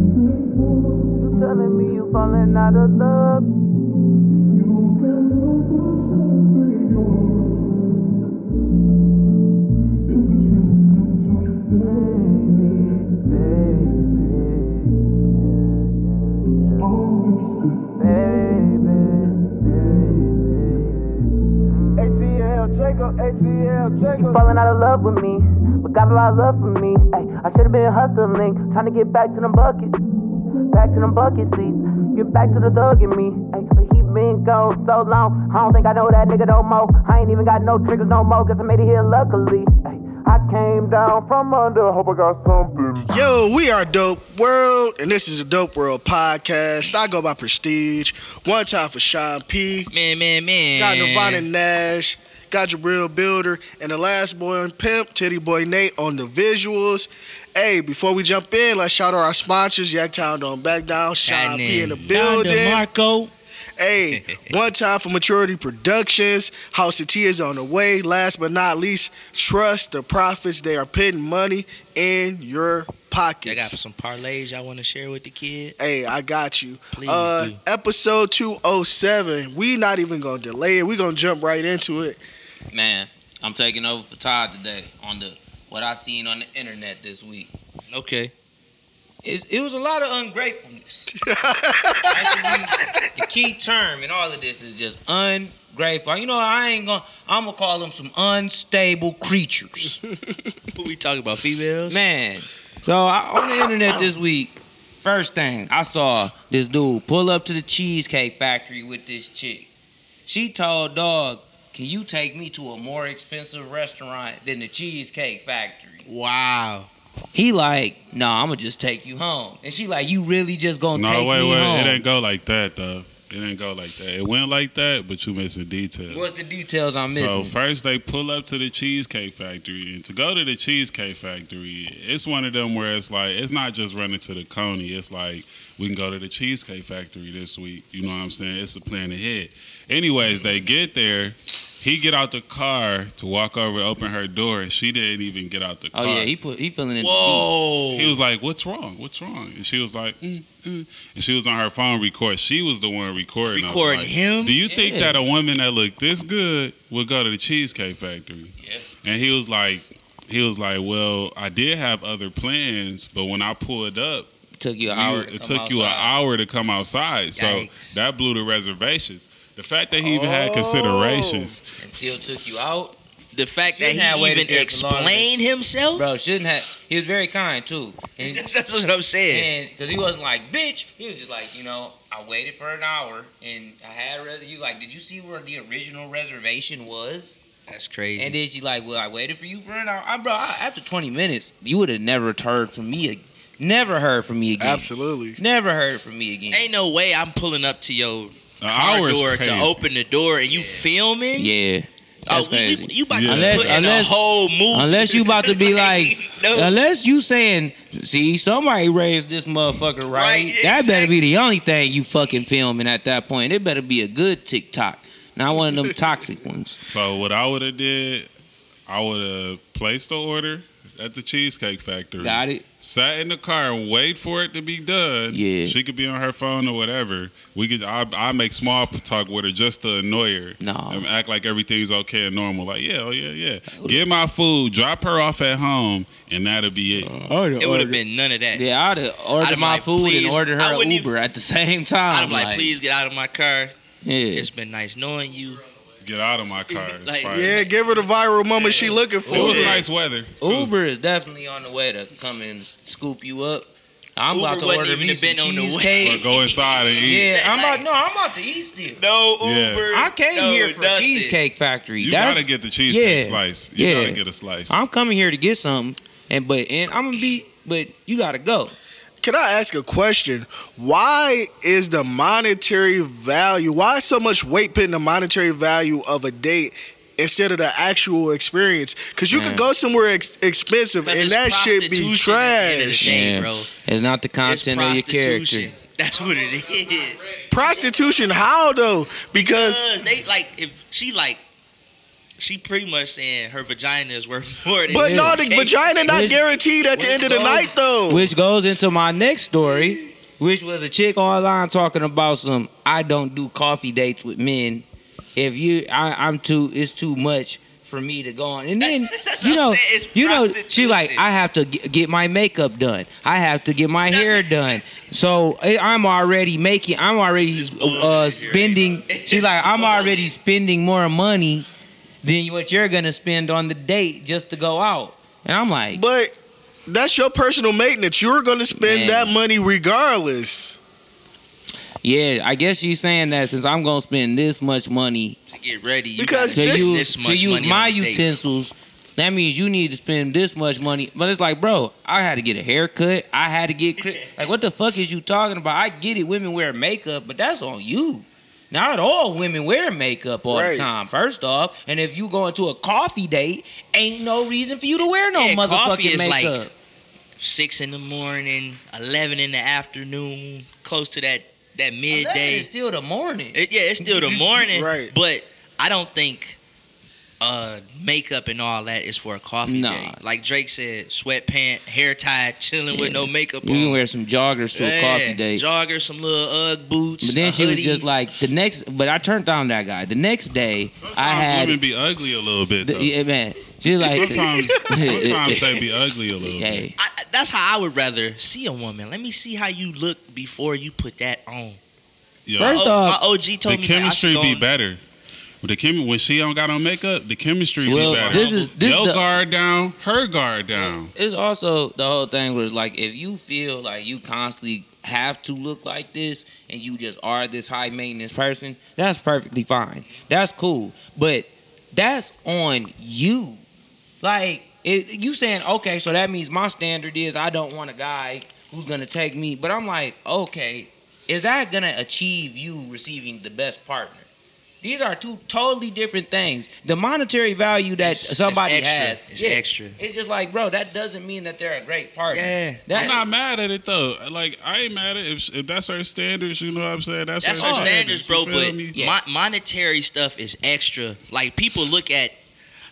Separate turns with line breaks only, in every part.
You telling me you falling out of love? Baby, baby,
ATL Jacob, ATL
You
Jacob.
falling out of love with me, but God brought love for me. Ay, I should've been hustling, trying to get back to them buckets, back to them bucket seats, get back to the thug in me. Ay, but he been gone so long, I don't think I know that nigga no more. I ain't even got no triggers no more, cause I made it here luckily. Ay, I came down from under, hope I got something.
Yo, we are Dope World, and this is a Dope World podcast. I go by Prestige. One time for Sean P.
Man, man, man.
Got Nirvana Nash. Got Jabril Builder and the last boy and pimp, Titty Boy Nate on the visuals. Hey, before we jump in, let's shout out our sponsors, Yaktown Don't Back Down, Sean P in the building.
Marco.
Hey, one time for Maturity Productions. House of Tea is on the way. Last but not least, trust the profits. They are putting money in your
Y'all got
pockets.
some parlays y'all want to share with the kid?
Hey, I got you.
Please
uh,
do.
Episode 207. We not even going to delay it. we going to jump right into it.
Man, I'm taking over for Todd today on the what I seen on the internet this week.
Okay.
It, it was a lot of ungratefulness. That's the, the key term in all of this is just ungrateful. You know, I ain't gonna. I'm gonna call them some unstable creatures,
Who we talking about? Females?
man. So I, on the internet this week, first thing I saw this dude pull up to the cheesecake factory with this chick. She told dog, "Can you take me to a more expensive restaurant than the cheesecake factory?"
Wow.
He like, no, nah, I'm gonna just take you home. And she like, you really just gonna
No,
take
wait,
me
wait.
home?
It didn't go like that though. It didn't go like that. It went like that, but you missing details.
What's the details I'm
So
missing?
first they pull up to the Cheesecake Factory, and to go to the Cheesecake Factory, it's one of them where it's like it's not just running to the Coney. It's like we can go to the Cheesecake Factory this week. You know what I'm saying? It's a plan ahead. Anyways, they get there. He get out the car to walk over, open her door, and she didn't even get out the
oh
car.
yeah, he put he feeling it.
Whoa.
He was like, "What's wrong? What's wrong?" And she was like, mm, mm. "And she was on her phone record. She was the one recording. I was
Recording
like,
him?
Do you think
Yeah.
that a woman that looked this good would go to the Cheesecake Factory?"
Yeah.
And he was like, "He was like, well, I did have other plans, but when I pulled up,
Took you an
we
hour.
were-
to
it
come
took you an
outside.
hour to come outside,
Yikes.
so that blew the reservations." The fact that he even had
Oh.
considerations,
And still took you out,
The fact
Shouldn't
that
have
he
waited
even
there for longer.
explained himself?
bro. Shouldn't have. He was very kind too, and
That's what I'm saying.
and because he wasn't like bitch, he was just like, you know, I waited for an hour and I had. Re- you like, did you see where the original reservation was?
That's crazy.
And then she like, well, I waited for you for an hour. I, bro, I, after 20 minutes, you would have never heard from me. ag- Never heard from me again.
Absolutely.
Never heard from me again.
Ain't no way I'm pulling up to your
an
car
hour is
door
crazy.
to open the door and you filming?
Yeah.
Oh,
That's
we- we-
crazy.
you about
Yeah.
to
Unless-
put in
unless-
a whole movie.
Unless you about to be like,
no.
unless you saying, see, somebody raised this motherfucker right.
Right,
that better
exactly.
be the only thing you fucking filming at that point. It better be a good TikTok, not one of them toxic ones.
So what I would have did, I would have placed the order at the Cheesecake Factory.
Got it?
Sat in the car and wait for it to be done.
Yeah.
She could be on her phone or whatever. We could. I, I make small talk with her just to annoy her.
No.
And act like everything's okay and normal. Like yeah, oh yeah, yeah. Get my food. Drop her off at home, and that'll be it.
it would have been none of that.
Yeah, I'd have ordered
I'd've
my
like,
food
please,
and ordered
I
her an
wouldn't
Uber
even-
at the same time.
I'd be like, please get out of my car.
Yeah.
It's been nice knowing you.
Get out of my car. It's
Like-
fine.
Yeah, give her the viral moment she looking for.
It was
Yeah.
nice weather. too.
Uber is definitely on the way to come and scoop you up. I'm
Uber
about to
wasn't
order
even
me
a
some
been on the way.
Or
cheesecake.
go inside and eat.
Yeah, I'm about no, I'm about to eat still.
No
Yeah.
Uber.
I came
no
here for
nothing.
Cheesecake Factory.
You
That's,
gotta get the cheesecake
yeah.
slice. You
Yeah.
gotta get a slice.
I'm coming here to get something, and but and I'm gonna be, but you gotta go.
Can I ask a question? Why is the monetary value, why so much weight put in the monetary value of a date instead of the actual experience? Because you
Man.
could go somewhere ex- expensive
'Cause
and
it's
that shit be
prostitution at the end of the
trash.
day,
Yeah.
bro.
It's not the
It's
content of your character.
prostitution. That's what it is.
Prostitution, how though? Because
Cause they like if she like she pretty much saying her vagina is worth more than
But
this
no, the
cake.
vagina not
Which-
guaranteed at the
which
end of the
goes-
night though.
Which goes into my next story, which was a chick online talking about some I don't do coffee dates with men. If you I, I'm too it's too much for me to go on. And then
That's
you
what I'm
know
saying, it's
you know she like
prostitution.
I have to g- get my makeup done. I have to get my hair done. So I- I'm already making I'm already uh,
bullshit,
spending
right?
she's like I'm
It's
already spending more money than what you're going to spend on the date just to go out. And I'm like
But that's your personal maintenance. You're gonna spend
Man.
that money regardless.
Yeah, I guess she's saying that since I'm gonna spend this much money
to get ready. You because
Because
to
This-
use
this
to
much
use
money
my
on the date.
utensils, that means you need to spend this much money. But it's like, bro, I had to get a haircut. I had to get cri- like, what the fuck is you talking about? I get it, women wear makeup, but that's on you. Not all women wear makeup all
Right.
the time. First off, and if you going to a coffee date, ain't no reason for you to wear no
Yeah, coffee
motherfucking
is like-
makeup.
six in the morning, eleven in the afternoon, close to that that
Eleven
midday.
is still the morning.
It- yeah, it's still the morning.
Right.
But I don't think uh makeup and all that is for a coffee
Nah.
day. Like Drake said, sweatpants, hair tied, chilling with no makeup
You
on.
can wear some joggers to a
Yeah,
coffee date.
Joggers, some little UGG boots.
But then
a
she was
hoodie.
just like the next. But I turned down that guy. The next day,
Sometimes
I had
women be ugly a little bit.
the,
Though.
yeah, man. She was like
Sometimes, sometimes they be ugly a little bit.
Hey,
I, I- that's how I would rather see a woman. Let me see how you look before you put that on.
Yo,
First
My
off,
OG told
the
me
chemistry
that I should go
be
on-
better. With The chem- when she don't got on makeup, the chemistry
Well,
be better.
this is- this
Your
the-
guard down, her guard down.
it's also the whole thing was like if you feel like you constantly have to look like this and you just are this high maintenance person, that's perfectly fine. That's cool. But that's on you. Like it, you saying okay, so that means my standard is I don't want a guy who's gonna take me. But I'm like okay, is that gonna achieve you receiving the best partner? These are two totally different things. The monetary value that
It's- it's
somebody
extra.
had,
It's
yeah,
extra.
it's just like, bro, that doesn't mean that they're a great partner.
Yeah.
That,
I'm not mad at it though. Like I ain't mad at it. if if that's her standards. You know what I'm saying? That's,
That's
her
our standards, bro.
you feel
But
me?
Yeah.
mon- monetary stuff is extra. Like people look at,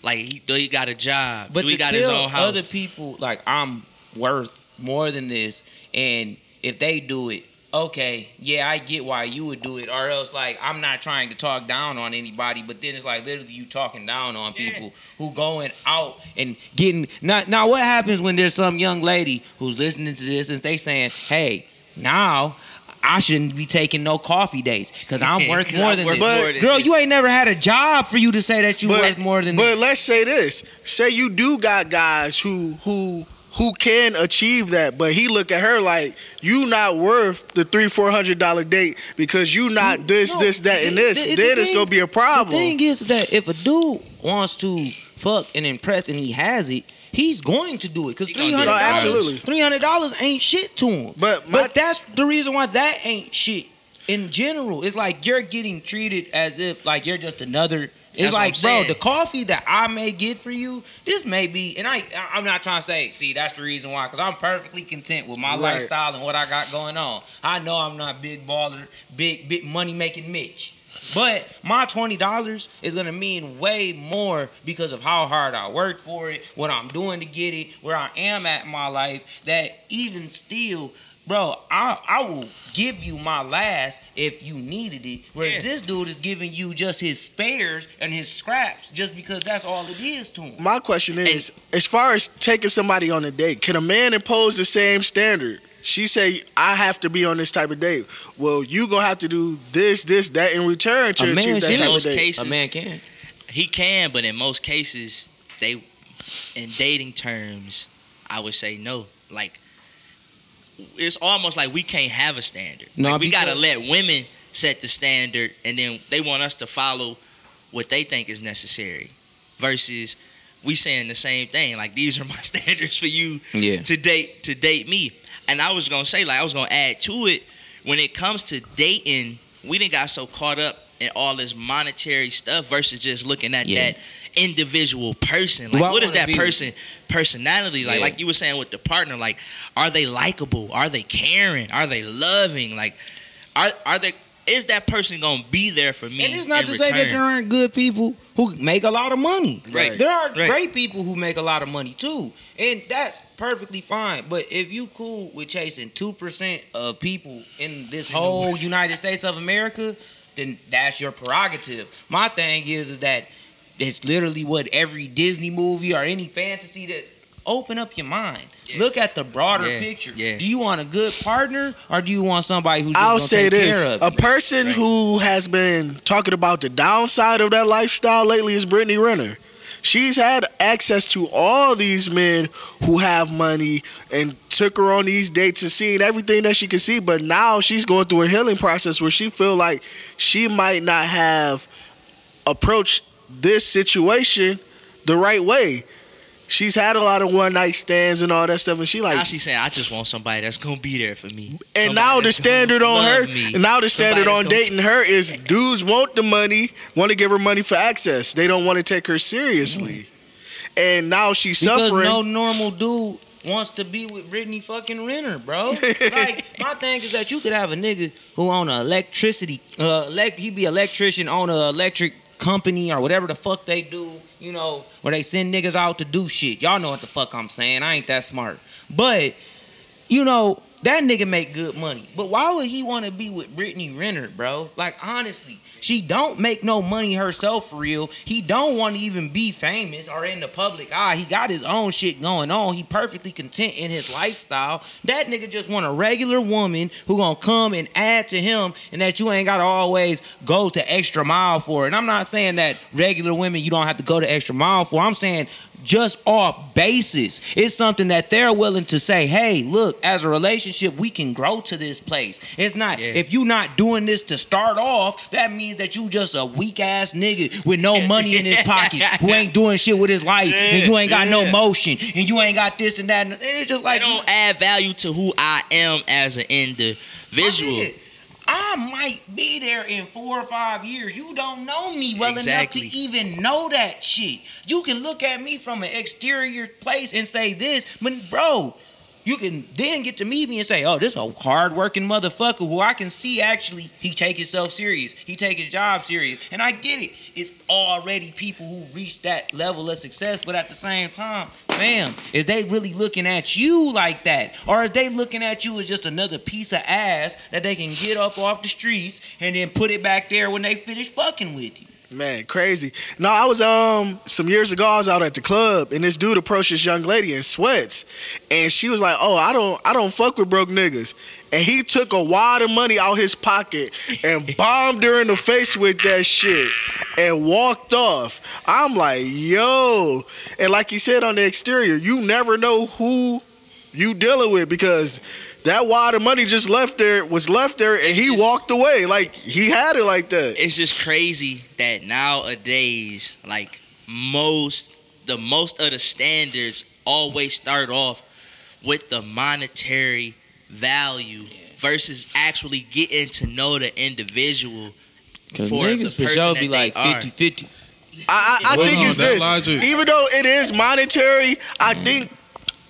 like he, do he got a job?
but
do he
to
got
tell
his own house?
other people like I'm worth more than this, and if they do it, okay, yeah, I get why you would do it, or else like I'm not trying to talk down on anybody, but then it's like literally you talking down on people who going out and getting now. Now what happens when there's some young lady who's listening to this and they saying, hey, now. I shouldn't be taking no coffee dates because I'm worth
'Cause
more
I'm
than
worth
this.
more than
Girl,
this.
you ain't never had a job for you to say that you
But-
worth more than
But let's say this: say you do got guys who who who can achieve that, but he look at her like you not worth the three four hundred dollar date because you not this
No,
this that and
the-
this.
the- the
then it's
thing-
gonna be a
The
problem.
thing is that if a dude wants to fuck and impress and he has it, he's going to do it because
He gonna
three
do it. Oh,
hundred
No,
dollars,
absolutely.
three hundred dollars ain't shit to him.
But my-
but that's the reason why that ain't shit in general. It's like you're getting treated as if like you're just another. It's
That's what I'm
like, bro,
saying.
the coffee that I may get for you, this may be, and I, I- I'm not trying to say, see, that's the reason why, because I'm perfectly content with my
Right.
lifestyle and what I got going on. I know I'm not big baller, big, big money making Mitch. But my twenty dollars is gonna mean way more because of how hard I worked for it, what I'm doing to get it, where I am at in my life. That even still, bro, I I will give you my last if you needed it. Whereas
Yeah.
this dude is giving you just his spares and his scraps just because that's all it is to him.
My question is, as far as taking somebody on a date, can a man impose the same standard? She say, I have to be on this type of date. Well, you gonna have to do this, this, that in return to
A man
achieve that
should.
type of
most
date.
cases,
can.
he can, but in most cases, they, in dating terms, I would say no. Like, it's almost like we can't have a standard.
No,
Like, we gotta
because-
let women set the standard, and then they want us to follow what they think is necessary, versus we saying the same thing. Like, these are my standards for you.
Yeah.
to date to date me. And I was gonna say, like, I was gonna add to it. When it comes to dating, we didn't got so caught up in all this monetary stuff versus just looking at
Yeah.
that individual person. Like,
Well, I
what is
wanna
that
be-
person personality like?
Yeah.
Like you were saying with the partner, like, are they likable? Are they caring? Are they loving? Like, are are they is that person gonna be there for me?
And it's not
in
to
return?
say that there aren't good people who make a lot of money.
Right.
There are
Right.
great people who make a lot of money too. And that's perfectly fine. But if you cool with chasing two percent of people in this whole United States of America, then that's your prerogative. My thing is is that it's literally what every Disney movie or any fantasy that open up your mind.
Yeah.
Look at the broader
Yeah.
picture.
Yeah.
Do you want a good partner or do you want somebody who's just
I'll
gonna
say
take
this:
care of
a
you?
person
Right.
who has been talking about the downside of that lifestyle lately is Brittany Renner. She's had access to all these men who have money and took her on these dates and seen everything that she could see. But now she's going through a healing process where she feel like she might not have approached this situation the right way. She's had a lot of one night stands and all that stuff, and she like
now she's saying, I just want somebody that's gonna be there for me.
and
Somebody
now the
that's gonna
standard on her,
love me.
and now the standard
Somebody
on
that's
dating her is dudes want the money, want to give her money for access. They don't want to take her seriously, and now she's
Because
suffering.
no normal dude wants to be with Brittany fucking Renner, bro. like my thing is that you could have a nigga who own an electricity, uh, elect, he be electrician on a electric company or whatever the fuck they do. You know where they send niggas out to do shit. Y'all know what the fuck I'm saying. I ain't that smart, but you know. That nigga make good money, but why would he want to be with Brittany Renner, bro? Like honestly, she don't make no money herself for real. He don't want to even be famous or in the public eye. He got his own shit going on. He perfectly content in his lifestyle. That nigga just want a regular woman who gonna come and add to him, and that you ain't gotta always go to extra mile for. And I'm not saying that regular women you don't have to go to extra mile for. I'm saying just off basis. It's something that they're willing to say, hey, look, as a relationship, we can grow to this place. It's not
Yeah.
if you not doing this to start off, that means that you just a weak ass nigga with no money in his pocket, who ain't doing shit with his life, and you ain't got no
Yeah.
motion, and you ain't got this and that. And it's just
I
like
don't add value to who I am as an
my
individual.
nigga, I might be there in four or five years. You don't know me well
Exactly.
enough to even know that shit. You can look at me from an exterior place and say this, but bro, you can then get to meet me and say, "Oh, this a hard-working motherfucker who I can see actually he take himself serious, he take his job serious." And I get it. It's already people who reach that level of success, but at the same time, fam, is they really looking at you like that, or is they looking at you as just another piece of ass that they can get up off the streets and then put it back there when they finish fucking with you?
Man, crazy. No, I was um some years ago. I was out at the club, and this dude approached this young lady in sweats, and she was like, "Oh, I don't, I don't fuck with broke niggas." And he took a wad of money out his pocket and bombed her in the face with that shit, and walked off. I'm like, yo, and like you said on the exterior, you never know who you dealing with because that wad of money just left there was left there, and he walked away like he had it like that.
it's just crazy that nowadays, like most, the most of the standards always start off with the monetary value versus actually getting to know the individual. For niggas the for sure person be that like they are.
50-50.
I, I, I
Well,
think
no,
it's
that
this.
logic- Mm-hmm.
Even though it is monetary, I think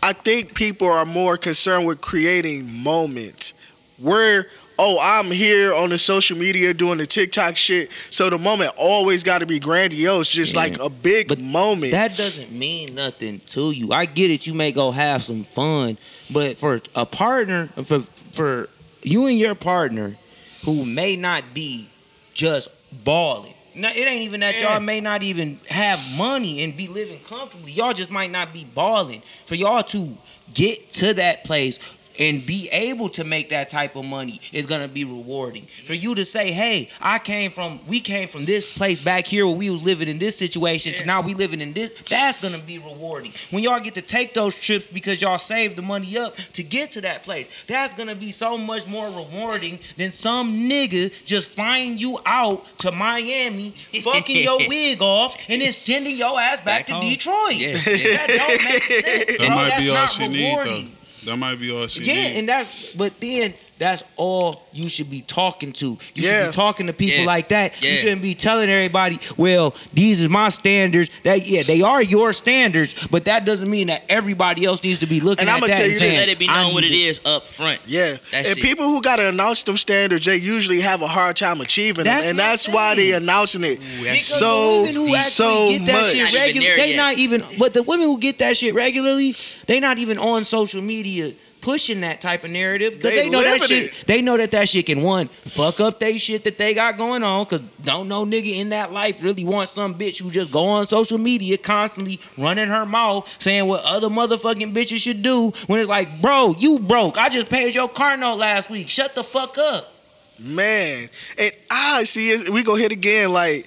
I think people are more concerned with creating moments where oh I'm here on the social media doing the TikTok shit. So the moment always got to be grandiose, just
Yeah.
like a big
But
moment.
That doesn't mean nothing to you. I get it. You may go have some fun, but for a partner, for for you and your partner, who may not be just balling. No, it ain't even that
Yeah.
y'all may not even have money and be living comfortably. Y'all just might not be balling. For y'all to get to that place and be able to make that type of money is gonna be rewarding. For you to say, hey, I came from we came from this place back here where we was living in this situation to now we living in this, that's gonna be rewarding. When y'all get to take those trips because y'all saved the money up to get to that place, that's gonna be so much more rewarding than some nigga just flying you out to Miami, fucking your wig off, and then sending your ass back,
Back
to
home.
Detroit.
Yeah,
That don't make sense.
That
bro.
might
That's
be all
not
she need,
rewarding.
though. That might be all she
Yeah,
need.
and that's but then That's all you should be talking to. You
Yeah.
should be talking to people
Yeah.
like that. You
Yeah.
shouldn't be telling everybody, "Well, these is my standards." That yeah, they are your standards, but that doesn't mean that everybody else needs to be looking
And
at
I'ma
that
tell
and
you
saying,
this.
Let it be
"I
known what
need
it is up front.
Yeah,
That
and
shit.
people who gotta announce them standards, they usually have a hard time achieving
That's
them, and
what I'm
that's why they
saying.
announcing it
that's-
Because
so
the women who actually
so
get that
much.
shit
Not even
regu-
there
they
yet.
not even but the women who get that shit regularly they not even on social media pushing that type of narrative because
They
they, know that
living
shit they know that that shit can one fuck up they shit that they got going on because don't no nigga in that life really want some bitch who just go on social media constantly running her mouth saying what other motherfucking bitches should do when it's like bro you broke i just paid your car note last week shut the fuck up
Man, and I see it's, we go hit again. Like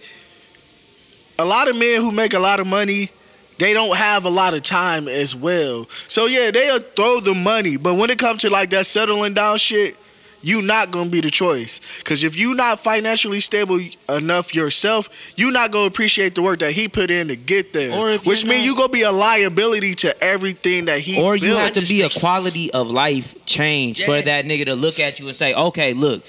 a lot of men who make a lot of money, they don't have a lot of time as well. So yeah, they'll throw the money, but when it comes to like that settling down shit, you not gonna be the choice. Cause if you not financially stable enough yourself, you not gonna appreciate the work that he put in to get there.
Or if
Which
you're
means
not-
you gonna be a liability to everything that he
or you
built.
have to
just
be a
think-
quality of life change for
Yeah.
that nigga to look at you and say, okay, look,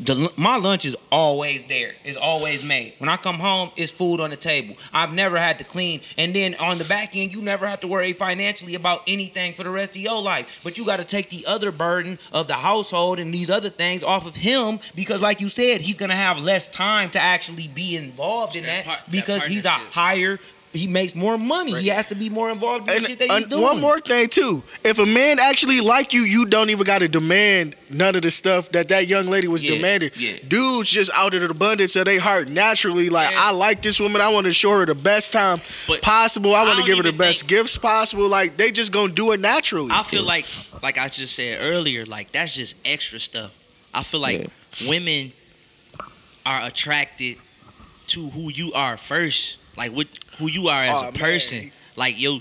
the, lu- my lunch is always there. It's always made. When I come home, it's food on the table. I've never had to clean. And then on the back end, you never have to worry financially about anything for the rest of your life. But you got to take the other burden of the household and these other things off of him because, like you said, he's going to have less time to actually be involved in that,
That par- that
because he's a
partnership.
higher. He makes more money. He has to be more involved in the shit that he's
and
doing.
One more thing too. If a man actually like you, you don't even got to demand none of the stuff that that young lady was
Yeah,
demanding.
yeah.
Dudes just out of the abundance of their heart naturally like
Yeah.
I like this woman. I want to show her the best time
But
possible. I
I
want to
don't
give her the
even
best
think-
gifts possible. Like they just going to do it naturally.
I feel like, like I just said earlier, like that's just extra stuff. I feel like women are attracted to who you are first, like what who you are as
Aw,
a person.
man.
Like yo,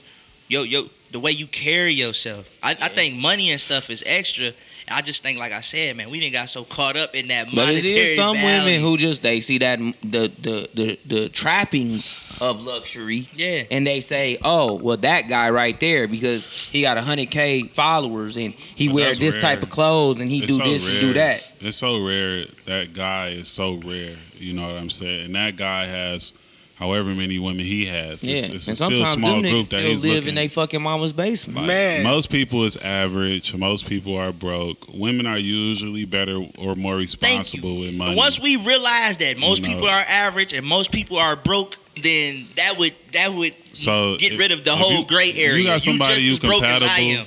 yo, yo, the way you carry yourself. I, I think money and stuff is extra. And I just think, like I said, man, we didn't got so caught up in that
But
monetary
it is some
value.
women who just they see that m- the the the, the trappings of luxury,
yeah,
and they say, "Oh, well, that guy right there because he got hundred k followers and he
But
wear
that's
this
rare.
type of clothes and he
It's
do
so
this and
rare.
do that."
It's so rare. That guy is so rare. You know what I'm saying? And that guy has however many women he has. It's,
yeah,
it's a
and
still
sometimes
small
them niggas
group that
still
he's
live
looking.
in their fucking mama's basement.
Like,
Man.
most people is average. Most people are broke. Women are usually better or more
thank you.
responsible with money.
And Once we realize that most
No.
people are average and most people are broke, then that would that would
so
get
if-
rid of the
if
whole
you-
gray
if
area.
You got somebody
just
you
as broke as I
compatible.
am.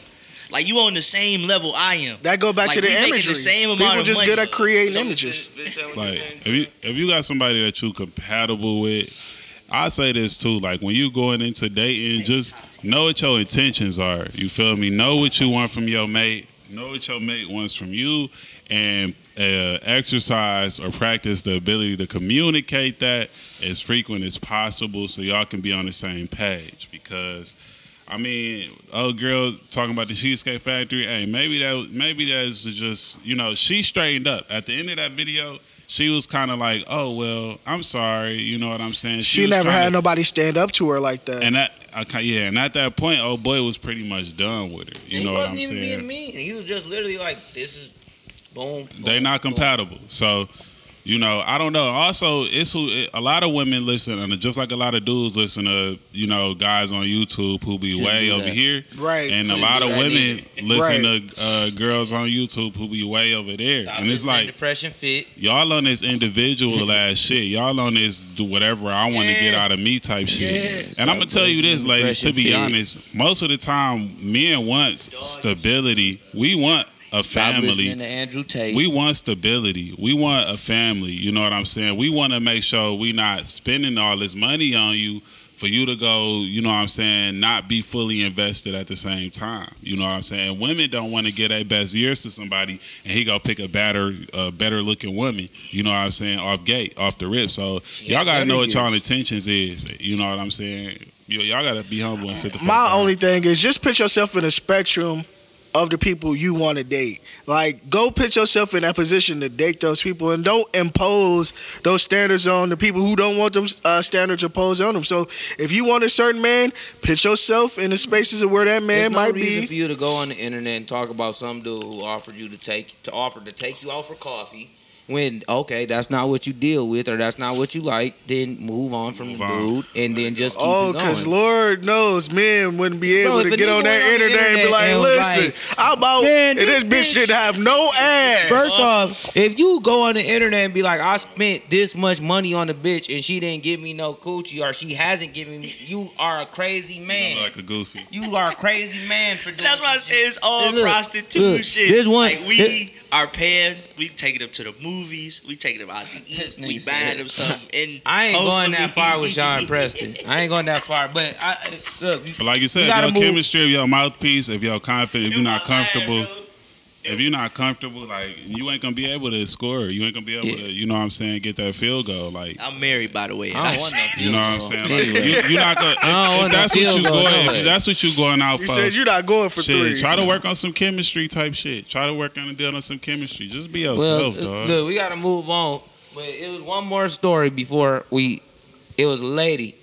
Like you on the same level I am.
that go back
Like,
to the
we making the
imagery.
same amount
People
of
just
money.
good at creating
So-
images.
Like if you if you got somebody that you compatible with, I say this too. Like when you going into dating, just know what your intentions are. You feel me? Know what you want from your mate. Know what your mate wants from you, and uh, exercise or practice the ability to communicate that as frequent as possible, so y'all can be on the same page. Because, I mean, old girl talking about the Cheesecake Factory. Hey, maybe that maybe that's just you know she straightened up at the end of that video. She was kind of like, "Oh well, I'm sorry," you know what I'm saying.
She,
was
never
trying to-
had nobody stand up to her like that.
and that, okay, yeah, and at that point, old boy was pretty much done with her. You
he
know what
wasn't
I'm
even being
saying?
mean. He was just literally like, "This is boom." boom,
They not
boom.
compatible. So, you know, I don't know. Also, it's who a lot of women listen, and just like a lot of dudes listen to, you know, guys on YouTube who be
Shouldn't
way
do
over
that.
here,
right.
and a
please,
lot of
that
women listen
Right.
to uh, girls on YouTube who be way over there,
Stop
and it's
listening
like
to fresh and fit.
y'all on this individual ass shit. Y'all on this do whatever I want to get out of me type shit. And I'm gonna tell you this, ladies. To be
Depression,
honest, most of the time, men want stability. We want a
Stop listening
family.
to Andrew Tate.
We want stability. We want a family. You know what I'm saying? We want to make sure we not spending all this money on you for you to go, you know what I'm saying, not be fully invested at the same time. You know what I'm saying? Women don't want to get their best years to somebody and he go pick a better uh, better looking woman, you know what I'm saying, off gate, off the rip. So y'all got to
better
know what y'all
years.
intentions is. You know what I'm saying? You, y'all got to be humble and sit the fuck
My
down.
only thing is just put yourself in a spectrum of the people you want to date. Like, go put yourself in that position to date those people, and don't impose those standards on the people who don't want them uh, standards imposed on them. So, if you want a certain man, put yourself in the spaces of where that
There's
man
no
might
reason
be.
for you to go on the internet and talk about some dude who offered you to take to offer to take you out for coffee. When okay, that's not what you deal with, or that's not what you like, then move on from
Move
the
on.
dude, and then just keep
Oh,
it
because
going.
Lord knows men wouldn't be
Bro,
able
if
to
a
get
nigga
on that
went on the
internet, and be
internet
like,
and was
listen,
like,
I'm out,
"Man,
and this
this
bitch
bitch-
didn't have no ass.
First off, if you go on the internet and be like, I spent this much money on the bitch and she didn't give me no coochie or she hasn't given me, you are a crazy
You look
man.
like a goofy.
You are a crazy man for doing
That's why I
this
say it's all
Hey, look,
prostitution.
look, there's one-
Like we
there-
are paying. We taking them to the movies. We taking them out to eat. We
nigga
buying
said-
them something. And
I ain't going
hopefully-
that far with Sean Preston. I ain't going that far. But I I- look, you-
But like you said,
You
your
gotta move.
chemistry of your mouthpiece, if you're confident, if you're not
lying,
comfortable,
bro.
if you're not comfortable, like you ain't gonna be able to score. You ain't gonna be able
Yeah.
to, you know what I'm saying, get that field goal. Like
I'm married, by the way. and
I don't want
said-
no
you know what I'm
field
saying?
goal.
Like,
Anyway.
you, are not gonna
I don't
if,
want
if
no
that's what
field
you
goal,
going
no way.
if that's what you going out
He
for.
said, you're not going for
shit,
three.
Try to work on some chemistry type shit. Try to work on and deal on some chemistry. Just be
Well, uh,
yourself, dog.
look, we gotta move on. But it was one more story before we. It was a lady.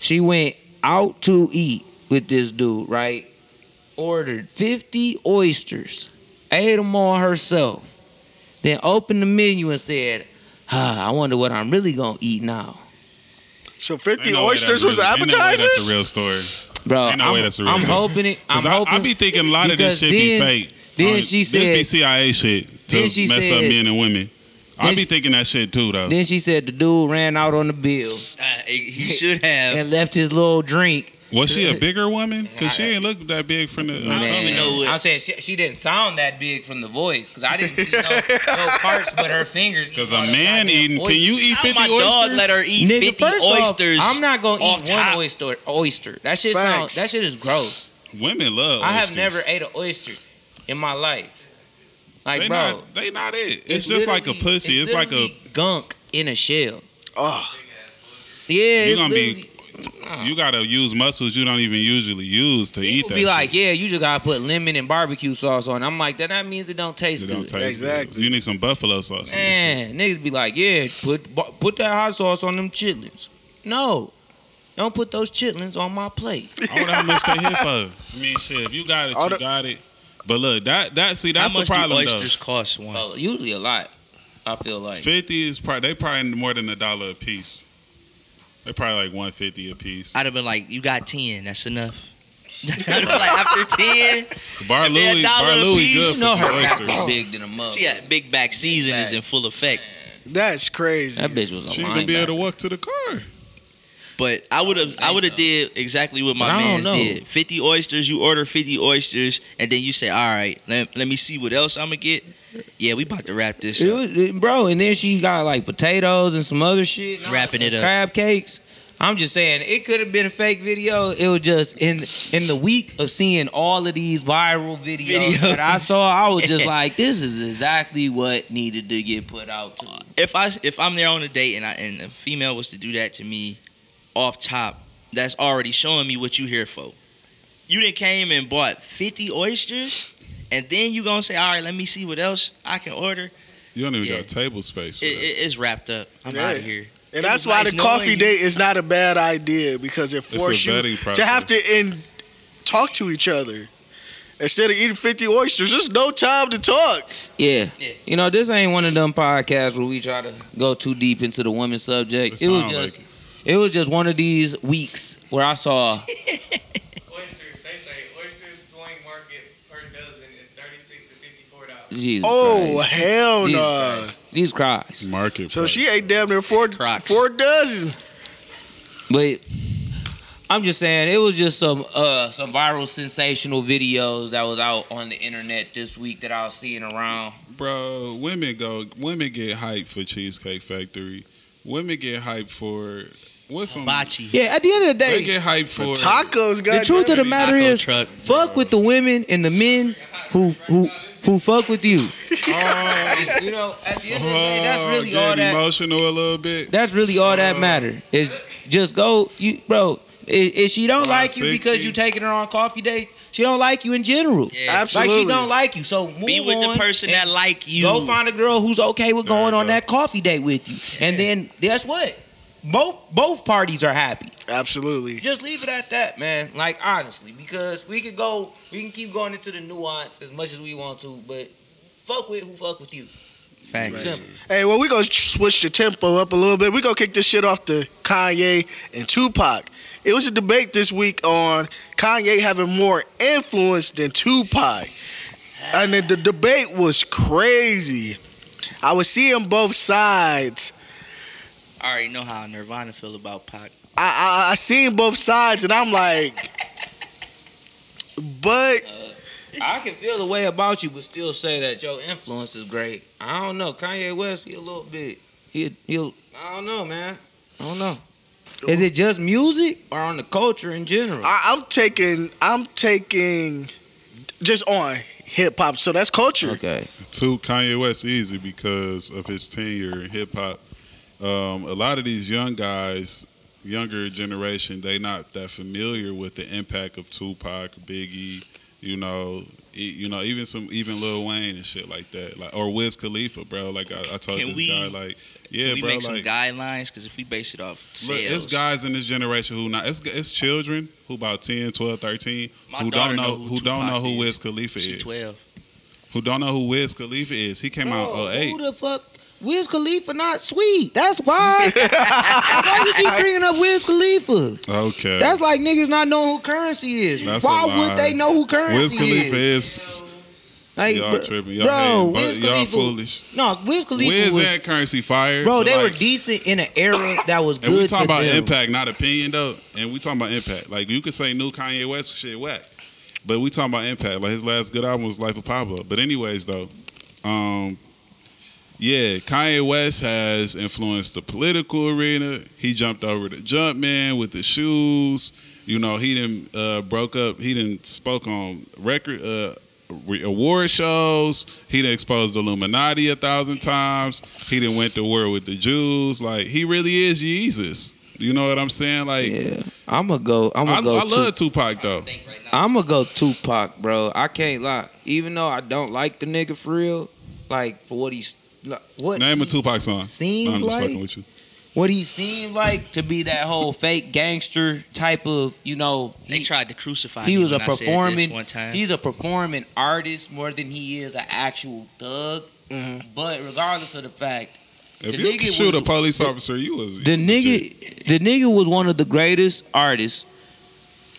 She went out to eat with this dude, right? Ordered fifty oysters, ate them all herself, then opened the menu and said, "Ah, I wonder what I'm really gonna eat now,
So
Ain't
50
no way
oysters
that's
was
real- ain't no way That's
appetizers?
a real story.
bro."
Ain't no
I'm,
way that's a real
I'm
thing.
hoping it. I'm
Cause I,
hoping.
I be thinking a lot of
because
this shit
then-
be fake.
then
Honest-
she said-
this be CIA shit to
then
mess
she
up
said-
men and women. I
then
be
she-
thinking that shit too though.
then she said the dude ran out on the bill
Uh, he should have.
and left his little drink.
Was she a bigger woman? Cause she
I-
ain't look that big from the. uh,
I don't even know what-
I'm saying she, she didn't sound that big from the voice because I didn't see no, no parts but her fingers.
Cause
eating all
a
the
man
goddamn
eating, can
oysters.
you eat
How
fifty
my dog
oysters?
let her eat
Nigga,
50
first off,
oysters?
I'm not gonna
off
eat
top?
one oyster. Oyster. That shit sounds.
Facts.
That shit is gross.
Women love.
I have
oysters.
never ate an oyster in my life. Like,
They
bro,
not. They not it. It's, just like a
literally-
pussy. It's, like a.
literally gunk in a shell.
Oh,
Yeah,
You're
it's
gonna
literally-
be. You gotta use muscles you don't even usually use to eat
People
that.
be like,
shit.
yeah, you just gotta put lemon and barbecue sauce on. I'm like, that, that means it don't taste
It
good.
don't taste good.
Exactly.
You need some buffalo sauce. on this shit.
Man, niggas be like, yeah, put bu- put that hot sauce on them chitlins. No, don't put those chitlins on my plate.
I wonder how much they hit for. I mean, shit, if you got it,
All
you
the-
got it. But look, that that see,
How
that's the
much do
problem though.
oysters cost one?
Well, usually a lot. I feel like
Fifty is probably they probably more than a dollar a piece. They probably like one fifty a piece.
I'd have been like, you got 10. That's enough. I'd have been like, after 10,
Bar
if they a
Louis,
dollar a
Bar Louis
piece,
good
you
for
know
some
her back
oysters.
was big than a mug.
she got big back season is
Back.
in full effect.
that's crazy.
that bitch was a
She ain't
linebacker.
gonna be able to walk to the car.
But I would have, I
think
would have
so.
did exactly what my
But I don't
man
know.
did. Fifty oysters. You order fifty oysters, and then you say, "All right, let, let me see what else I'm gonna get." Yeah, we about to wrap this
It
up.
was- it- bro, and then she got like potatoes and some other shit, and
Wrapping it up.
crab cakes. I'm just saying, it could have been a fake video. It was just in in the week of seeing all of these viral videos, that I
Videos.
saw. I was just like, this is exactly what needed to get put out. To.
If I if I'm there on a date and I and a female was to do that to me, off top, that's already showing me what you here for. You didn't came and bought fifty oysters, and then you gonna say, "All right, let me see what else I can order."
You don't even
Yeah.
got table space. For
It,
that.
it, it's wrapped up. I'm
Yeah.
out of here.
And
It
that's
was
why
nice
the
knowing
coffee
you.
date is not a bad idea because it
a
forces you
vetting
to have
process.
to in, talk to each other. Instead of eating 50 oysters, there's no time to talk.
Yeah.
Yeah.
you know, this ain't one of them podcasts where we try to go too deep into the women's subject.
It
It, was
sound
just, it was just one of these weeks where I saw
Oysters, they say oysters going market per dozen is thirty-six to fifty-four dollars.
Jesus
oh,
Christ.
hell no.
Jesus Christ. these cries.
Market.
So
price.
she ate damn near four,
Crocs.
four dozen.
But I'm just saying it was just some uh some viral sensational videos that was out on the internet this week that I was seeing around.
Bro, women go. Women get hyped for Cheesecake Factory. Women get hyped for what's
Mm.
on.
Hibachi.
Yeah, at the end of the
They
day,
get hyped for,
Tacos,
the
goddamn
truth of the
it.
matter
Taco
is
truck.
fuck with the women and the men who who who fuck with you.
Oh,
You know, at the end of the day, that's
oh, Uh,
really
getting
all that
emotional a little bit.
that's really all that matter. Is just go you bro, if, if she don't like you because
160.
you taking her on coffee date, She don't like you in general.
Yeah.
Absolutely.
Like she don't like you. So move
Be with
on
the person
and
that like you.
Go find a girl who's okay with
There
going
you
on
go.
that coffee date with you. And then guess what? Both both parties are happy.
Absolutely.
Just leave it at that, man. Like honestly, because we could go, we can keep going into the nuance as much as we want to, but fuck with who fuck with you.
Facts.
Simple.
Hey, well, we gonna switch the tempo up a little bit. We gonna kick this shit off to Kanye and Tupac. It was a debate this week on Kanye having more influence than Tupac, and then the debate was crazy. I was seeing both sides.
I already know how Nirvana feel about Pac.
I, I I seen both sides, and I'm like, but
I can feel the way about you, but still say that your influence is great. I don't know. Kanye West, he a little bit. He he'll. I don't know, man. I don't know. Is it just music or on the culture in general?
I, I'm taking I'm taking just on hip hop. So that's culture.
Okay.
to Kanye West easy because of his tenure in hip hop. Um, a lot of these young guys, younger generation, they not that familiar with the impact of Tupac, Biggie, you know, e- you know, even some even Lil Wayne and shit like that, like or Wiz Khalifa, bro. Like I, I told
Can
this
we-
guy, like yeah,
Can we
bro,
make some
like.
guidelines because if we base it off
Look, it's
sales,
guys in this generation who not it's, it's children who about 10, 12, 13
My
who
daughter
don't know
know
who,
who
don't know
Tupac
who
is.
Wiz Khalifa
she
is.
twelve.
Who don't know who Wiz Khalifa is. He came out
Bro,
08.
Oh, Who the fuck? Wiz Khalifa not sweet. That's why. why you keep bringing up Wiz Khalifa?
Okay.
That's like niggas not knowing who currency is.
That's
why
a lie.
would they know who
Wiz
currency
Khalifa
is?
is
Like,
y'all
bro-
tripping. Y'all,
bro,
hating, but
Wiz
y'all
Khalifa.
foolish.
No, Wiz Khalifa
Wiz
was
and currency fire.
Bro,
but
they
like-
were decent in an era that was good.
And we talking
for
about
them.
impact, not opinion though. And we talking about impact. Like you could say new Kanye West shit whack. But we talking about impact. Like his last good album was Life of Pablo. But anyways though, um yeah, Kanye West has influenced the political arena. He jumped over the jump man with the shoes. You know, he didn't uh, broke up. He didn't spoke on record uh, re- award shows. He done exposed the Illuminati a thousand times. He didn't went to war with the Jews. Like he really is Jesus. You know what I'm saying? Like
Yeah, I'm gonna go. I'm
I,
gonna
I
go.
love Tupac though.
Think right now.
I'm gonna go Tupac, bro. I can't lie. Even though I don't like the nigga for real, like for what he's like, what
Name
he
a Tupac song. No, I'm
seemed
just
like,
fucking with you.
what he seemed like to be that whole fake gangster type of, you know,
they
he-
tried to crucify.
he
me
was a
when I said this
performing-
one time.
he's a performing artist more than he is an actual thug.
Mhm.
But regardless of the fact,
If
The
you
nigga
could shoot
was-
a police officer, you was
the
you was a
nigga the nigga was one of the greatest artists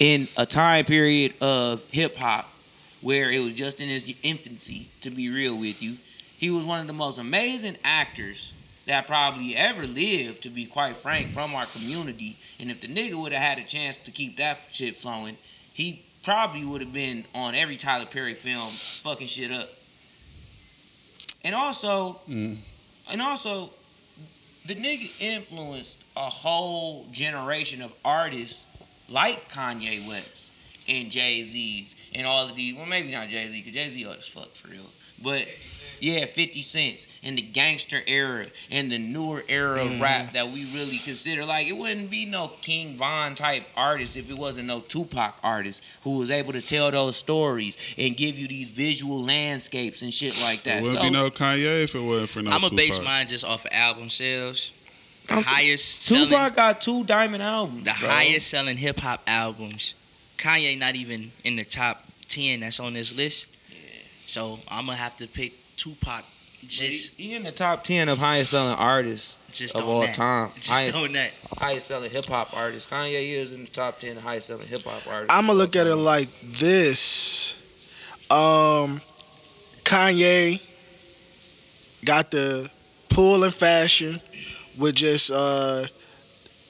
in a time period of hip hop where it was just in his infancy to be real with you he was one of the most amazing actors that probably ever lived to be quite frank from our community and if the nigga would have had a chance to keep that shit flowing he probably would have been on every Tyler Perry film fucking shit up and also
Mm.
and also, the nigga influenced a whole generation of artists like Kanye West and Jay Z's and all of these. Well, maybe not Jay Z, because Jay Z old as fuck for real. But yeah, 50 Cent and the gangster era and the newer era
Mm-hmm.
of rap that we really consider. Like, it wouldn't be no King Von type artist if it wasn't no Tupac artist who was able to tell those stories and give you these visual landscapes and shit like that.
It wouldn't
So-
be no Kanye if it wasn't for no
I'm gonna
Tupac.
base mine just off of album sales. The
I'm-
highest
Tupac
selling,
got two diamond albums.
the
bro.
highest selling hip hop albums. Kanye not even in the top ten that's on this list. So I'm gonna have to pick Tupac just
He, he in the top ten of highest selling artists
just
of
on
all
that.
time.
Just
Highest,
on that.
highest selling hip hop artists. Kanye is in the top ten of highest selling hip hop artists.
I'm gonna look at it like this. Um, Kanye got the pull and fashion with just uh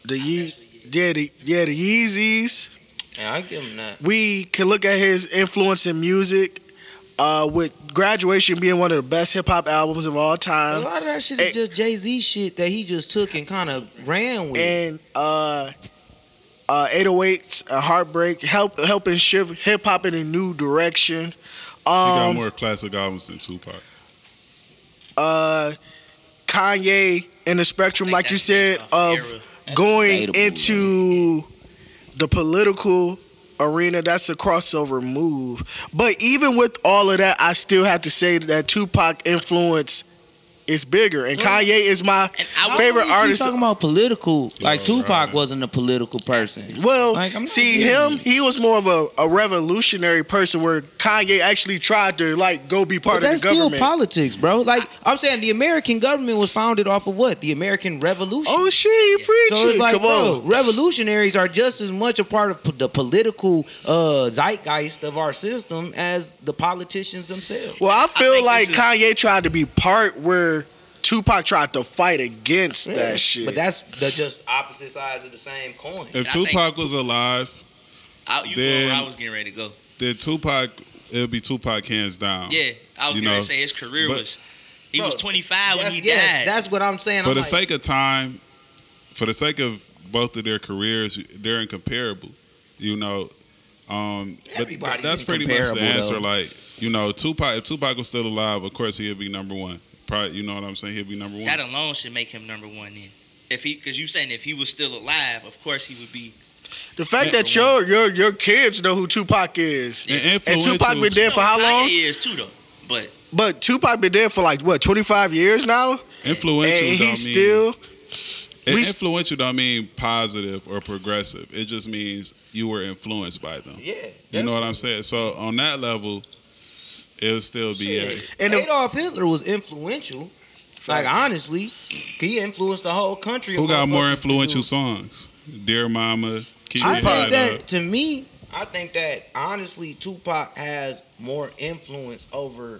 the Ye- yeah the yeah the Yeezys.
Yeah, I give him that.
We can look at his influence in music. Uh, with graduation being one of the best hip hop albums of all
A
time,
lot of that shit is
eh.
just Jay Z shit that he just took and kind of ran with.
and uh, uh, 808s, uh, Heartbreak, help helping shift hip hop in a new direction.
He got
Um,
more classic albums than Tupac.
uh, Kanye in the spectrum,
Think
like
that's
you said,
based off
of
era.
going
debatable,
into the political arena, that's a crossover move. But even with all of that, I still have to say that Tupac influence is bigger, and Kanye is my
And I would-
favorite artist.
talking about political. Like
Oh,
Tupac
right.
wasn't a political person.
Well,
Like, I'm not
see him.
getting
He was more of a, a revolutionary person, where Kanye actually tried to like go be part
But
of the
that's still
government.
politics, bro. Like I'm saying, the American government was founded off of what? The American Revolution.
oh shit, you preaching?
So it's like,
Come on.
bro, revolutionaries are just as much a part of p- the political uh, zeitgeist of our system as the politicians themselves.
Well, I feel
think
like
this is-
Kanye tried to be part where Tupac tried to fight against
Yeah.
that shit.
But that's the just opposite sides of the same coin.
If
I think-
Tupac was alive,
I, you
Then- Oh.
know where I was getting ready to go.
then Tupac, it'd be Tupac hands down.
Yeah, I was
You
getting ready
know,
to say his career
but-
was. He
Bro,
was 25 when
That's-
he
yes,
died.
that's what I'm saying.
For
I'm
the
like,
sake of time, for the sake of both of their careers, they're incomparable. You know, um, but
Everybody's
that's pretty much the
incomparable,
answer.
though.
Like, you know, Tupac. If Tupac was still alive, of course he'd be number one. Probably, you know what I'm saying? He'd be number one.
That alone should make him number one. Then, if he, because you saying if he was still alive, of course he would be.
the fact that your your your kids know who Tupac is,
And
and
influential
Tupac been dead for how
Kanye
long?
Is too though. But
But Tupac been dead for like what twenty five years now,
Influential
and
don't mean
he's still
and
we-
influential don't mean positive or progressive. It just means you were influenced by them.
yeah,
You know what I'm saying? So on that level, it'll still be
Shit.
a-
and the,
Adolf Hitler was influential. Like honestly, he influenced the whole country.
who
of
got more
motherfuckers
influential
to
songs? Dear Mama, Keep
do- I
Your
think
Head Up.
that to me, I think that honestly, Tupac has more influence over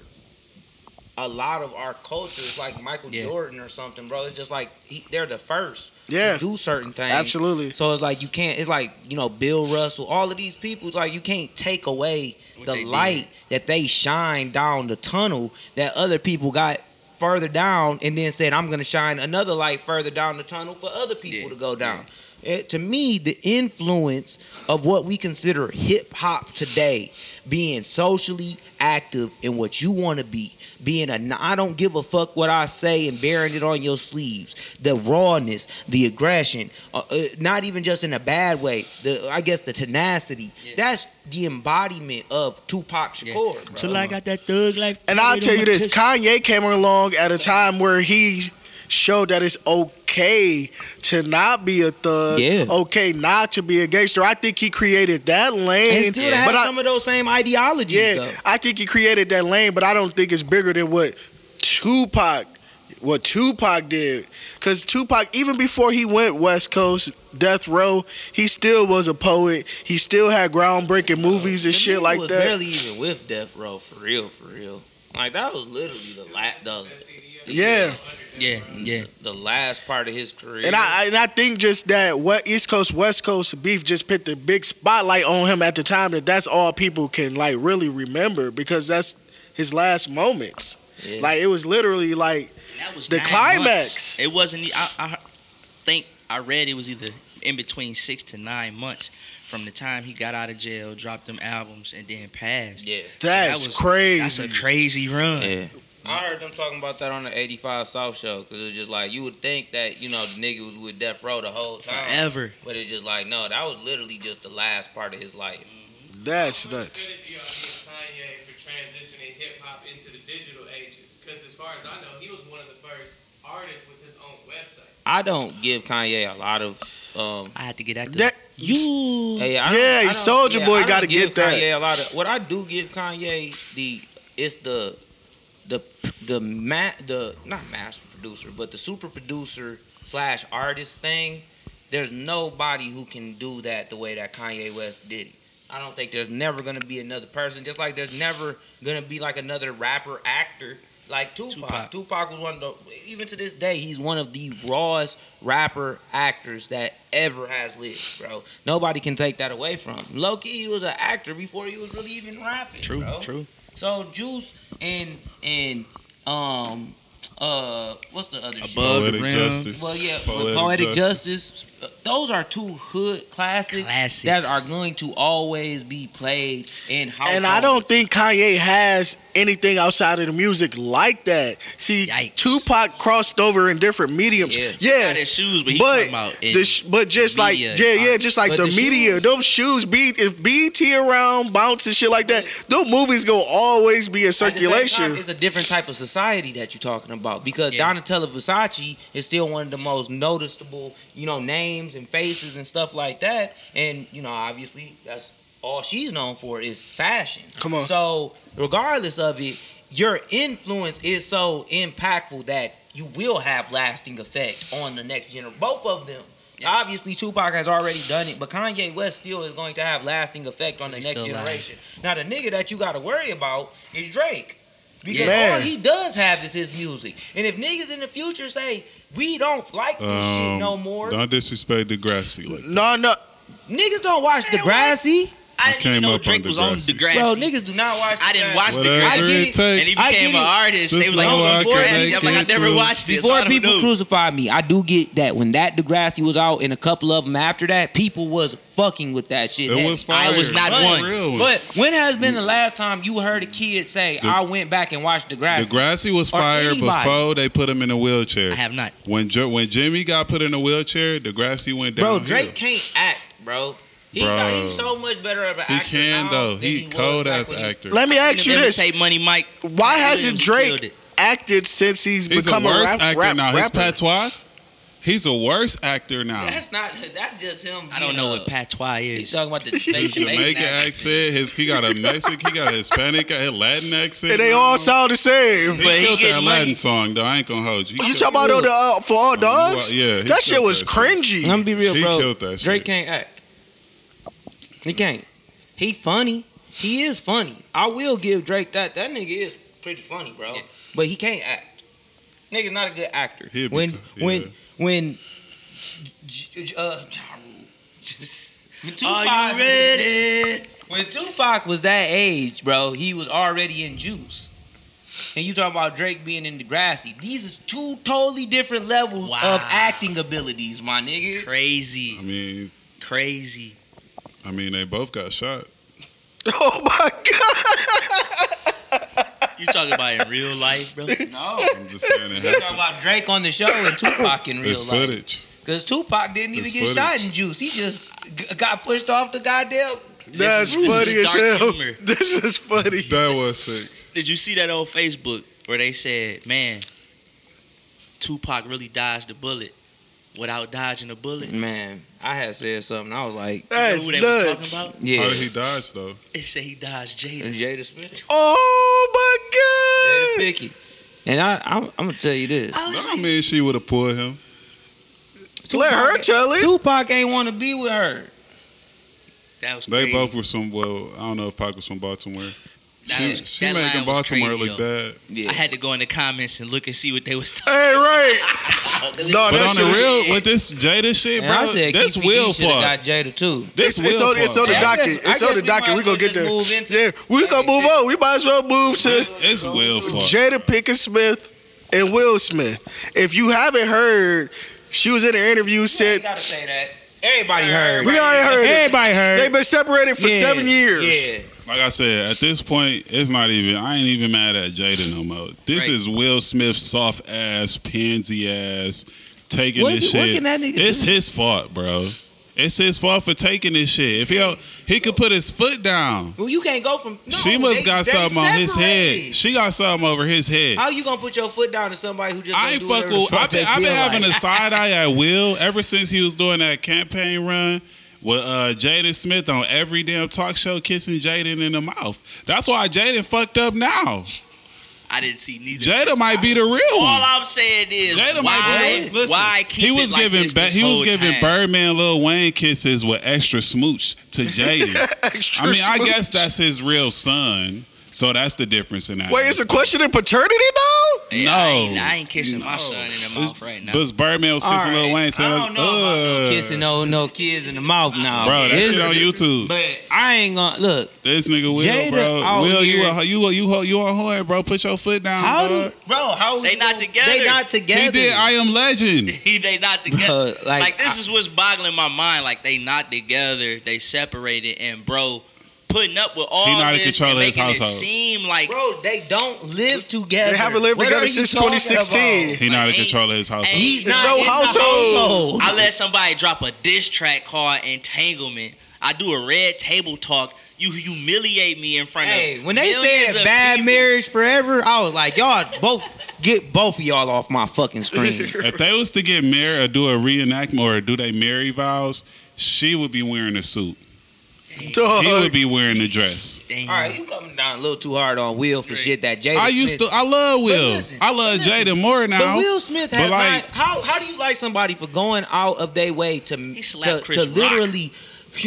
a lot of our cultures, like Michael
Yeah.
Jordan or something, bro. It's just like he, they're the first
yeah,
to do certain things.
absolutely.
So it's like you can't. It's like you know Bill Russell, all of these people. Like you can't take away
what they
the
did.
light that they shine down the tunnel that other people got further down and then said i'm going to shine another light further down the tunnel for other
Yeah,
people to go down It- to me the influence of what we consider hip-hop today being socially active in what you want to be being a n- i don't give a fuck what i say and bearing it on your sleeves the rawness the aggression uh, uh, not even just in a bad way the i guess the tenacity
Yeah.
that's the embodiment of tupac
Yeah.
shakur bro.
got that thug life.
And I'll tell you this: Kanye came along at a time where he showed that it's okay to not be a thug,
Yeah.
okay not to be a gangster. I think he created that
and
lane,
still to have
but I,
some of those same ideologies
yeah,
though.
I think he created that lane, but I don't think it's bigger than what Tupac, what Tupac did. Because Tupac, even before he went West Coast, Death Row, he still was a poet. He still had groundbreaking movies and
Them
shit
niggas
like
was
that.
Barely even with death row for real, for real. Like that was literally the last, the,
That CD up
Yeah.
under that
Yeah, yeah.
the last part of his career.
And I I- and I think just that what East Coast West Coast beef just put the big spotlight on him at the time that that's all people can like really remember because that's his last moments.
Yeah.
Like it was literally like
That was
The
nine
climax.
months. It wasn't. e- I, I think I read it was either in between six to nine months from the time he got out of jail, dropped them albums, and then passed.
yeah,
that's
That was-
crazy.
That's a crazy run.
yeah. I heard them talking about that on the '85 South Show because it was just like you would think that you know the nigga was with death row the whole
Oh.
time,
Forever.
but it's just like no, that was literally just the last part of his life.
that's
How much
nuts.
credit do y'all give Kanye for transitioning hip hop into the digital ages? Because as far as I know, he was one of the first artists with his own website.
I don't give Kanye a lot of. Um,
I had to get out there.
That
You.
Hey, I don't-
Yeah,
I don't-
Soulja
yeah,
Boy
I don't
gotta
give
get that.
Kanye a lot of what I do give Kanye the it's the the the ma- the not master producer but the super producer slash artist thing. There's nobody who can do that the way that Kanye West did it. I don't think there's never gonna be another person. Just like there's never gonna be like another rapper actor like Tupac.
Tupac.
Tupac was one of the even to this day he's one of the rawest rapper actors that ever has lived, bro. Nobody can take that away from him. Low key, he was an actor before he was really even rapping.
True,
bro.
true.
So Juice and and um uh, what's the other shit?
Above
Poetic
Rim.
justice.
Well, yeah, poetic, poetic justice. Those are two hood classics,
Classics.
that are going to always be played in house.
And I don't think Kanye has anything outside of the music like that. See,
Yikes.
Tupac crossed over in different mediums.
Yeah.
Yeah,
Not in shoes, but he talking about in
the sh- but just like
media
yeah,
and
yeah,
art.
just like
But
the,
the
media, those shoes. Be if BT around, bounce and shit like that. Those movies gonna always be in
At the same time,
circulation.
it's a different type of society that you're talking about because
Yeah.
Donatella Versace is still one of the most noticeable, you know, names and faces and stuff like that. And you know, obviously, that's all she's known for is fashion.
Come on.
So regardless of it, your influence is so impactful that you will have lasting effect on the next generation. Both of them. Obviously, Tupac has already done it, but Kanye West still is going to have lasting effect on the
He's
next
still alive.
generation. Now, the nigga that you got to worry about is Drake. Because
Yeah.
all he does have is his music. And if niggas in the future say, we don't like this shit
Um,
no more,
Don't disrespect Degrassi. Like,
No, no,
niggas don't watch Degrassi.
I didn't even
came
know
up on
Drake was on
Degrassi.
Degrassi.
Bro, niggas do not watch
I didn't
Degrassi.
watch
Whatever
Degrassi.
it takes.
And he
I
became
get
an
it.
artist.
Just
they was like,
know
oh,
I can
Degrassi.
make
I'm like, I
it
never
through.
watched this.
Before
I don't
people
know.
crucified me, I do get that when that Degrassi was out and a couple of them after that, people was fucking with that shit.
it
That-
was
I
fire.
was not
Like,
one.
real one.
But when has been the last time you heard a kid say,
The-
I went back and watched Degrassi?
Degrassi was
Or
fired
anybody.
before they put him in a wheelchair.
I have not.
When Jer- when Jimmy got put in a wheelchair, Degrassi went down.
Bro, Drake can't act, bro. He
Bro.
got, he's so much better of an
He
actor.
can
now
though.
than
He
was
cold
back
ass
when he-
actor.
let me ask you this:
Imitate Money Mike.
Why hasn't
Williams
Drake
killed it.
Acted since he's,
He's a
become a,
worse
rap,
actor
rap-
now. His
rapper.
patois. He's a worse actor now.
That's not. That's just him.
I don't
being
know
a-
what patois
He's
is.
talking about the
his
Jamaican
Jamaican accent. His he got a Mexican. he got a Hispanic. His Latin accent.
and they all sound the same.
He
But he
killed
getting
that
money.
Latin song though. I ain't gonna hold you. He
You
killed
talk about all the uh, for all
you are-
dogs?
yeah, he
that shit
killed
was
that shit.
I'm
cringy.
gonna be real,
He
bro.
killed that
Drake
shit.
can't act. He can't. He funny. He is funny. I will give Drake that. That nigga is pretty funny, bro.
Yeah.
But he can't act. Nigga's not a good actor.
He'll be
when
co-
when
yeah.
when J- J- uh, Ja Rule. when
Are
Tupac,
you ready?
when Tupac was that age, bro, he was already in Juice. And you talking about Drake being in Degrassi. These is two totally different levels
Wow.
of acting abilities, my nigga.
I
Crazy,
mean,
crazy.
I mean, they both got shot.
Oh my god!
You talking about in real life, bro?
No.
I'm just saying it
We talking
happened.
about Drake on the show and Tupac in real
It's
life.
footage.
Because Tupac didn't even
It's
get shot in Juice. He just g- got pushed off the goddamn.
That's
This is
funny as
dark
hell.
humor.
This is funny.
That was sick.
Did you see that on Facebook where they said, "Man, Tupac really dodged a bullet without dodging a bullet"?
Man, I had said something. I was like,
That's
you know who they was
nuts.
talking about?
yeah.
How did he dodge though?
They said he dodged
And
Jada.
Jada Smith.
Oh
Jada
my god!
Pickett. And I, I'm, I'm going to tell you this.
I was
No, I
like,
mean she would have pulled him.
Let her tell it.
Tupac ain't want to be with her.
that was
They
crazy.
both were some. Well, I don't know if Pac was from Baltimore. She,
That-
she
that
making
line was
Baltimore
crazy,
look bad.
Yeah.
I had to go in the comments and look and see what they was talking.
Hey, right? No,
But
Oh, that
on the
shit was-
real, with this Jada shit,
And
bro,
I said,
this
Keith
will
should have
fuck.
got Jada too.
This
It's, it's
will
on, it's on
fuck.
the
Yeah, I guess-
docket. It's
I
on
guess
the
we
docket.
might
We gonna
as
get
well just
there.
move into-
Yeah, we gonna move on. We might as well move to
It's will fuck.
Jada Pinkett Smith and Will Smith. If you haven't heard, she was in an interview
You
said
got to say that. Everybody heard.
we already heard it.
Everybody heard.
They've been separated for
Yeah,
seven years.
Yeah.
Like I said, at this point, it's not even. I ain't even mad at Jada no more. This
Right.
is Will Smith's soft ass, pansy ass, taking
What-
this
what
shit.
can that nigga
it's
do?
his fault, bro. It's his fault for taking this shit. If he don't- he could put his foot down,
Well, you can't go from. No,
she must
they-
got
they
something on his
separated.
head. She got something over his head.
How you gonna put your foot down to somebody who just?
I
gonna
ain't
do
fuck
whatever the
with. I've been,
they
I've been
feel
having
like?
a side eye at Will ever since he was doing that campaign run with uh, Jaden Smith on every damn talk show, kissing Jaden in the mouth. That's why Jaden fucked up now.
I didn't see neither.
Jada might be the real
All
one.
I'm saying is,
Jada might
why,
be. the real- Listen,
why keep
he was
it like
giving
this
Ba-
this
he was
whole
giving
time?
Birdman Lil Wayne kisses with extra smooch to Jaden. I
Extra
mean, I
smooth.
guess that's his real son. So that's the difference in that.
Wait, it's a question of paternity though?
Yeah, I, ain't, I ain't kissing my
No.
son in the mouth right now.
But Birdman was kissing
All
Lil
right.
Wayne. uh, saying,
I don't know about no
"Ugh."
kissing no no kids in the mouth now.
Bro, that
It's-
shit on YouTube.
But I ain't gonna look.
This nigga Will,
Jada oh,
bro.
out
Will, you
here-
a, you a, you a, you on horn, bro. Put your foot down,
How
bro.
do bro? How
They
you
not
gonna-
together.
They not together.
Oh, He did. I am Legend.
He they not together.
Bruh, like,
like, this
I-
is what's boggling my mind. Like they not together. They separated, and bro, putting up with all
not in
this
control
and
of his
making it
household.
seem like
bro, they don't live together.
They haven't lived
What
together
are you
since
talking
2016.
about?
He not in
ain't-
control of his household.
ain't-
He's
There's
not
no
in the
household.
household.
I let somebody drop a diss track called Entanglement. I do a red table talk. You humiliate me in front
Hey,
of
when they
millions
said
of
bad
people.
marriage forever, I was like, y'all both get both of y'all off my fucking screen.
if they was to get married or do a reenactment or do they marry vows, she would be wearing a suit.
Dog.
He would be wearing a dress.
Damn.
All right, you coming down a little too hard on Will for shit that Jada.
I used
Smith-
to. I love Will.
listen,
I love
but listen,
Jada more now.
But Will Smith
But
has
like-
not. How how do you like somebody for going out of their way to to,
slapped Chris
to
Rock.
literally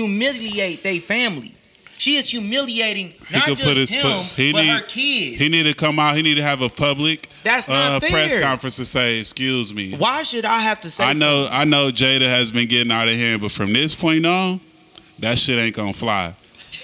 humiliate their family? She is humiliating
He
not
could
just
put his
him,
foot- he
but
need-
her kids.
he need to come out. He need to have a public
That's
uh,
not
press
fair.
conference to say, "Excuse me."
Why should I have to say?
I know. I know. Jada has been getting out of hand, but from this point on, that shit ain't gonna fly.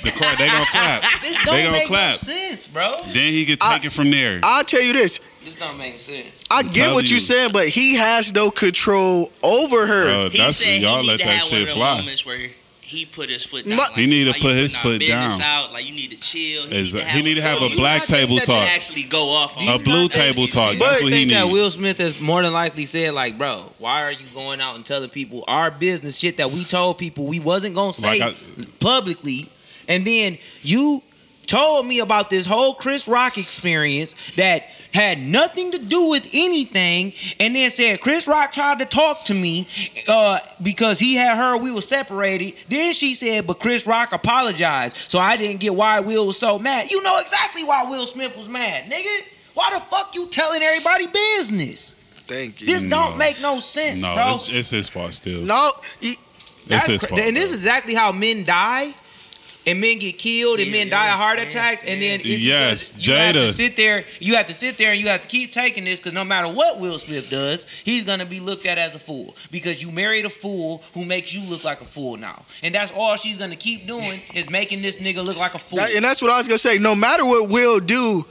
The court, they gonna clap.
something? This
They
don't
gonna
make
clap.
no sense, bro.
Then he could
I-
take it from there.
I'll tell you this.
This don't make sense.
I
I'm
get
telling
what you're
you.
saying, but he has no control over her.
Bro,
He
that's
said
y'all
he
let
need to
that
have one of
shit
them
fly.
moments where he put his foot down.
My-
like,
He need to
how you
put his
putting our
foot
business
down.
Out. Like you need to chill. You
Is-
need to
he need to have a
moment
black
think
table
that
to
talk.
talk,
Actually, go off on
a
you
blue
not think-
table talk.
But-
That's what he
think that
needs.
Will Smith has more than likely said, like, bro, why are you going out and telling people our business shit that we told people we wasn't gonna say
Like I-
publicly, and then you told me about this whole Chris Rock experience that had nothing to do with anything, and then said Chris Rock tried to talk to me uh, because he had heard we were separated. Then she said, but Chris Rock apologized, so I didn't get why Will was so mad. You know exactly why Will Smith was mad, nigga. Why the fuck you telling everybody business?
Thank you.
This
No.
don't make no sense,
Mm. No,
bro.
it's, it's his fault still.
No, he,
it's
That's
his
cra-
fault.
and this
bro.
is exactly how men die, and men get killed, and
Yeah,
men die
yeah,
of heart
yeah,
attacks, and then it's
Yes,
because you have to
Jada.
sit there. You have to sit there, and you have to keep taking this because no matter what Will Smith does, he's gonna be looked at as a fool because you married a fool who makes you look like a fool now, and that's all she's gonna keep doing is making this nigga look like a fool.
that- and that's what I was gonna say. No matter what Will do,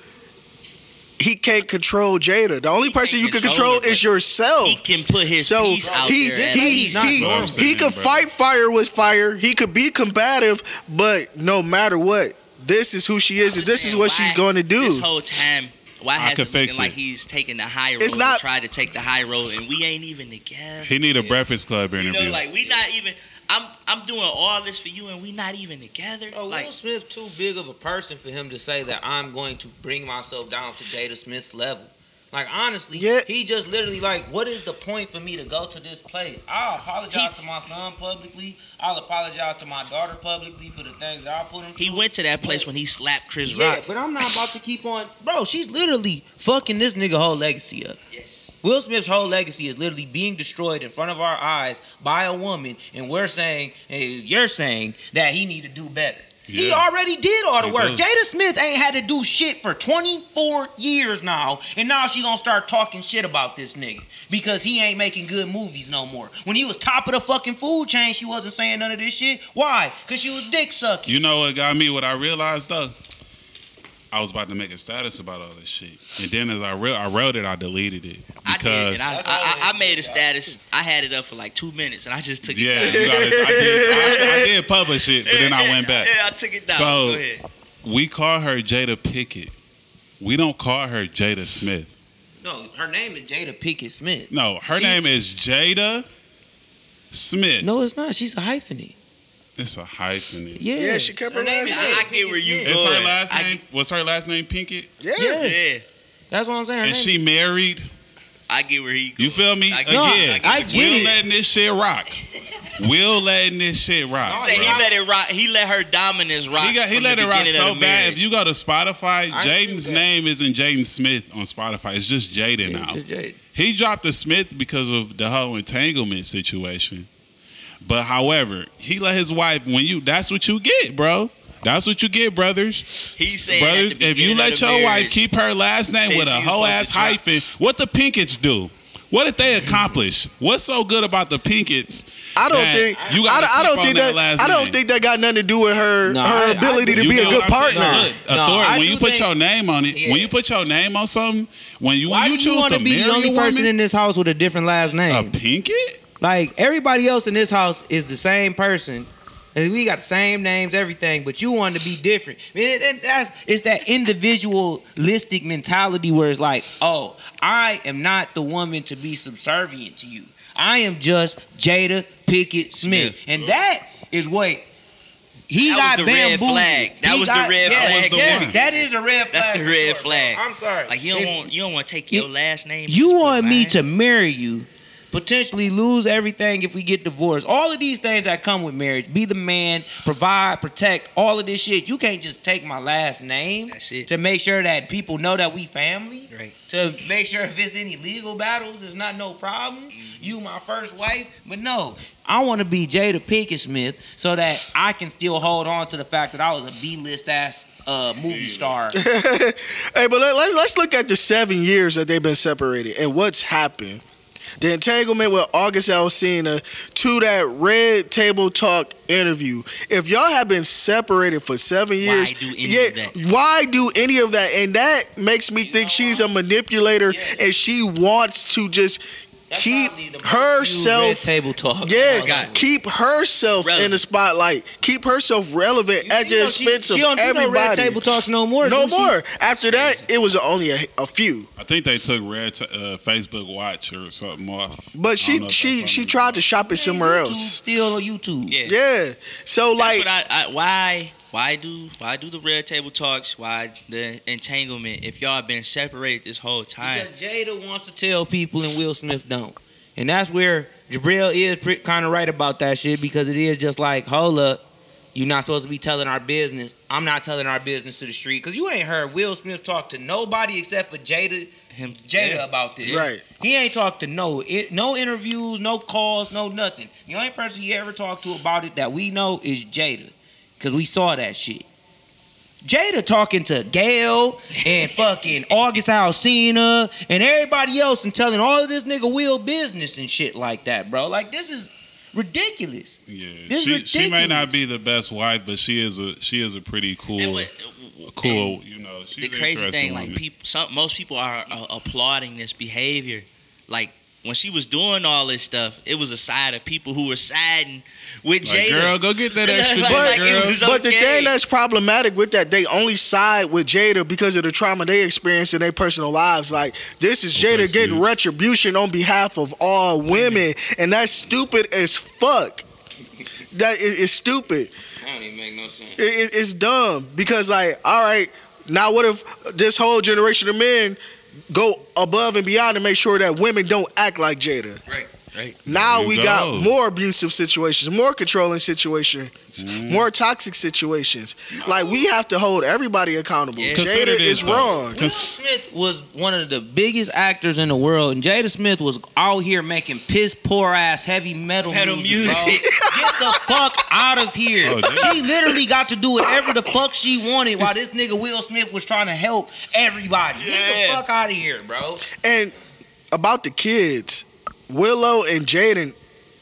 he can't control Jada. The only person
can't
you can
control
control
her, but
is yourself.
He can put his
Oh. so
piece out
he
there. at
he
least.
not
he,
normal.
he could
Bro.
fight fire with fire. He could be combative, but no matter what, this is who she is,
I'm
and this
just
is
saying,
what
why
she's going to do.
This whole time, why
I
has
could
it looking
fix
like
it.
he's taking the high road?
It's not-
and tried to take the high road, and we ain't even together.
he need a Breakfast Club
You
interview.
know, like we not even. I'm I'm doing all this for you, and we not even together.
Oh,
like
Will Smith too big of a person for him to say that I'm going to bring myself down to Jada Smith's level. Like honestly,
Yeah.
he just literally like, what is the point for me to go to this place? I apologize to my son publicly. I'll apologize to my daughter publicly for the things that I put him.
he
through.
went to that place when he slapped Chris
Yeah,
Rock.
but I'm not about to keep on, bro. She's literally fucking this nigga whole legacy up.
Yes.
Will Smith's whole legacy is literally being destroyed in front of our eyes by a woman, and we're saying, and you're saying that he need to do better. He
Yeah.
already did all the
He
work.
does.
Jada Smith ain't had to do shit for 24 years now, and now she gonna start talking shit about this nigga because he ain't making good movies no more. When he was top of the fucking food chain, she wasn't saying none of this shit. Why? Cause she was dick sucking.
You know what got me? What I realized though, I was about to make a status about all this shit, and then as I re- I wrote it, I deleted it
I did,
because
and I, I,
That's
I,
always
I made a
good,
status. I had it up for like two minutes, and I just took
yeah,
it
you
down.
gotta, I, did, I, I did publish it, but then I went back.
Yeah, I took it down.
So-
Go ahead.
We call her Jada Pickett. We don't call her Jada Smith.
No, her name is Jada Pinkett Smith.
No, her
She-
name is Jada Smith.
No, it's not. She's a hyphenate.
It's a hyphen.
Yeah,
yeah, she kept her
Her name
last
is-
name.
I, I get where you
It's
going.
It's her last
I
name. Was her last name Pinkett?
Yeah.
Yeah.
get- yeah,
That's what I'm saying. Her
And
name
she married.
I get where he. Going.
You feel me?
I get-
No,
Again,
I get
Will
it.
letting this shit rock. Will letting this shit rock.
Say he
bro.
let it rock. He let her dominance rock.
Oh, He got he
from
let
the
it rock
beginning
so
of the
bad.
marriage.
If you go to Spotify,
I agree with
Jaden's
that.
name isn't Jaden Smith on Spotify. It's just Jaden now.
Just Jada.
He dropped the Smith because of the whole entanglement situation. But however, he let his wife when you that's what you get, bro. That's what you get, brothers.
He said at the
brothers, if you
beginning
let
of
your
the
wife
marriage,
keep her last name
that
with a
she was
whole ass
supposed to
hyphen, what the Pinkets do? What did they accomplish? What's so good about the Pinkets?
I don't
that
think
you
I,
gotta
I
keep
don't
on
think
that
that,
last
I don't
name.
think that got nothing to do with her
No,
her
I- I
ability to
do.
You
be a
get
good
what I'm saying?
partner.
Nah.
Look,
No,
authority.
I
when
do
you put
think-
your name on it,
Yeah.
when you put your name on something, when you when
Why
you
do you
choose
want
to
to be
marry
the only
a
person
woman,
in this house with a different last
a
name?
Pinket?
Like everybody else in this house is the same person. And we got the same names, everything, but you want to be different. I mean, and that's it's that individualistic mentality where it's like, oh, I am not the woman to be subservient to you. I am just Jada Pickett Smith,
Smith.
and that is what he
That was
got
the red
bamboozled.
flag. That
He
was the
got-
red
yes,
flag.
yes,
That was the one.
that is a red flag.
That's the
for
red
sure, bro.
flag.
I'm sorry.
Like you
If-
don't want you don't want to take
you-
your last name.
you
and
want
put
me
mine.
to marry you, potentially lose everything if we get divorced. All of these things that come with marriage be the man, provide, protect, all of this shit. You can't just take my last name
That's it.
to make sure that people know that we family.
Right.
To make sure if it's any legal battles, it's not no problem. You my first wife, but no, I want to be Jada Pinkett Smith so that I can still hold on to the fact that I was a B list ass uh, movie star.
hey, but let, let's let's look at the seven years that they've been separated and what's happened. The entanglement with August Alsina to that Red Table Talk interview. If y'all have been separated for seven years,
do any of that?
why do any of that? And that makes me think she's a manipulator
Yeah.
and she wants to just
That's
keep
probably the most viewed
herself
Red table talk.
Yeah,
Relevant.
keep herself in the
Relevant.
spotlight. Keep herself relevant
You
at the
know,
expense
she, she
of
don't do no red
everybody.
table talks no more.
no
do she?
more. After that, it was only a, a few.
I think they took red t- uh, Facebook Watch or something off. I
But
don't
she
know if
she
that's
she
something.
tried to shop it
Ain't
somewhere
YouTube
else.
Still on YouTube.
Yeah.
Yeah. So
That's
like
what I, I why why do why do the red table talks? Why the entanglement? If y'all been separated this whole time,
Because Jada wants to tell people and Will Smith don't, and that's where Jabril is kind of right about that shit because it is just like, hold up, you're not supposed to be telling our business. I'm not telling our business to the street because you ain't heard Will Smith talk to nobody except for Jada
him
Jada
yeah.
about this.
Right.
He ain't talked to no it, no interviews, no calls, no nothing. The only person he ever talked to about it that we know is Jada, cause we saw that shit. Jada talking to Gail and fucking August Alsina and everybody else and telling all of this nigga Will business and shit like that, bro. Like this is ridiculous.
Yeah,
This
she, she may not
ridiculous.
be the best wife, but she is a she is a pretty cool,
And what-
cool. You know,
the
she's
crazy
interesting
thing,
woman.
like people, some most people are uh, applauding this behavior. Like when she was doing all this stuff, it was a side of people who were siding with
Like,
Jada.
girl, go get that extra
Like,
dick,
like,
girl.
it was
But the
okay.
thing that's problematic with that, they only side with Jada because of the trauma they experienced in their personal lives. Like this is
Okay,
Jada
see.
getting retribution on behalf of all women, and that's stupid as fuck. That is, is stupid.
That don't even make no sense.
It, it, it's dumb because like, all right, now what if this whole generation of men go above and beyond to make sure that women don't act like Jada?
Right, right.
Now
You
we
go.
got more abusive situations, more controlling situations,
Mm-hmm.
more toxic situations. Like we have to hold everybody accountable.
Yeah.
Consider
Jada
this,
is
though.
wrong.
Will
Cons-
Smith was one of the biggest actors in the world, and Jada Smith was out here making piss poor ass heavy metal,
Metal
bro.
music.
Get the fuck out of here.
Oh, Jada-
she literally got to do whatever the fuck she wanted while this nigga Will Smith was trying to help everybody. Get the
Yeah.
fuck out of here, bro.
And about the kids, Willow and Jaden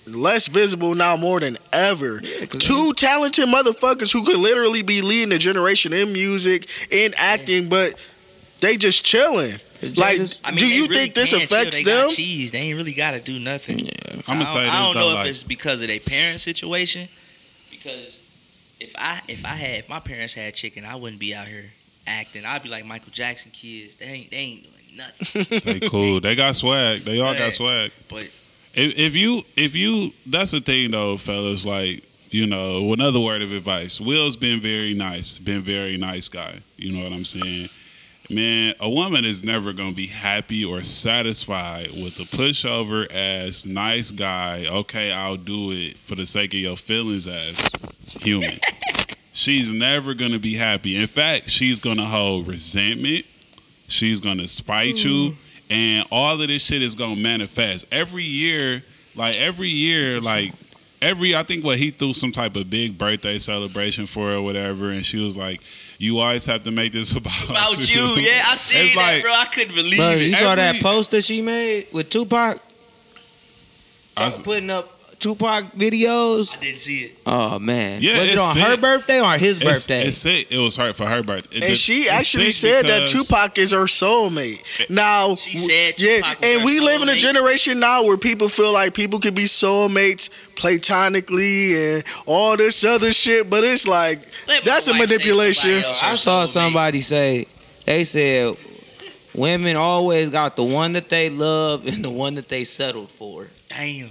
less visible now more than ever. Two talented motherfuckers who could literally be leading a generation in music, in acting, but they just chilling. Like,
I mean,
do
they
you
really
think this
can chill.
affects
they
them?
Got cheese. They ain't really got to do nothing. So
I'ma
I don't-
say
I
this,
don't
though,
know
like-
if it's because of their parent situation. Because if I if I had if my parents had chicken, I wouldn't be out here acting. I'd be like Michael Jackson kids. They ain't they ain't doing nothing.
they cool. They got swag. They all
Hey,
got swag.
but-
if, if you if you that's the thing though, fellas. Like you know, another word of advice. Will's been very nice. Been very nice guy. You know what I'm saying. Man, a woman is never gonna be happy or satisfied with a pushover ass nice guy. Okay, I'll do it for the sake of your feelings ass human. she's never gonna be happy. In fact, she's gonna hold resentment. She's gonna spite you
Hmm.
and all of this shit is gonna manifest every year. Like every year, like every I think what he threw some type of big birthday celebration for her or whatever, and she was like, "You always have to make this about
About you, yeah, I seen
It's
that,
like-
bro. I couldn't believe
Bro,
it.
you saw that
Every-
poster she made with Tupac
I s-
putting up Tupac videos.
I didn't see it.
Oh man,
Yeah,
was it
it's
on her
sick.
birthday or his
it's,
birthday?
it's sick. It was hurt for her birthday,
And she actually said that Tupac is her soulmate. Now,
She said
yeah,
Tupac was
and
her
we live in a
soulmate.
generation now where people feel like people could be soulmates platonically and all this other shit, but it's like
Let my
That's a
wife say
manipulation.
somebody else
I
or
saw
something,
somebody say they said women always got the one that they love and the one that they settled for.
man. Damn.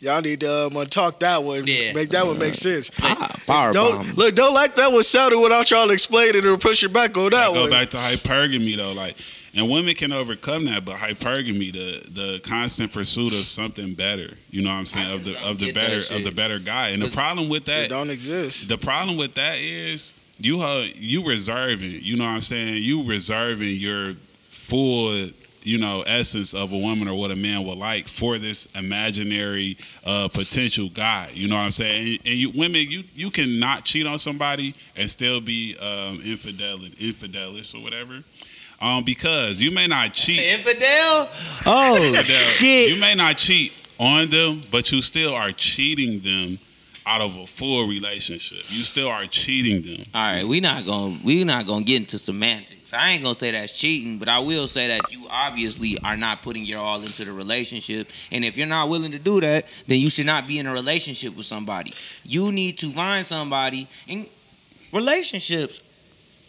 y'all need to um, talk that one,
Yeah.
make that one make sense.
Ah, power
Don't look, don't like that one settled without y'all explaining or pushing back on that
go
one.
back to hypergamy though, like, and women can overcome that, but hypergamy, the the constant pursuit of something better, you know what I'm saying, of the of the
Get that
better
shit.
of the better guy, and the problem with
It
that,
don't exist.
the problem with that is you ho- you reserving, you know what I'm saying, you reserving your full you know essence of a woman or what a man will like for this imaginary uh, potential guy you know what i'm saying and, and you women you you cannot cheat on somebody and still be um infidel infidelis or whatever um because you may not cheat
Infidel. Oh shit.
you may not cheat on them but you still are cheating them out of a full relationship you still are cheating them
All right, we not gonna we not gonna get into semantics. I ain't gonna say that's cheating, but I will say that you obviously are not putting your all into the relationship. And if you're not willing to do that, then you should not be in a relationship with somebody. You need to find somebody. And relationships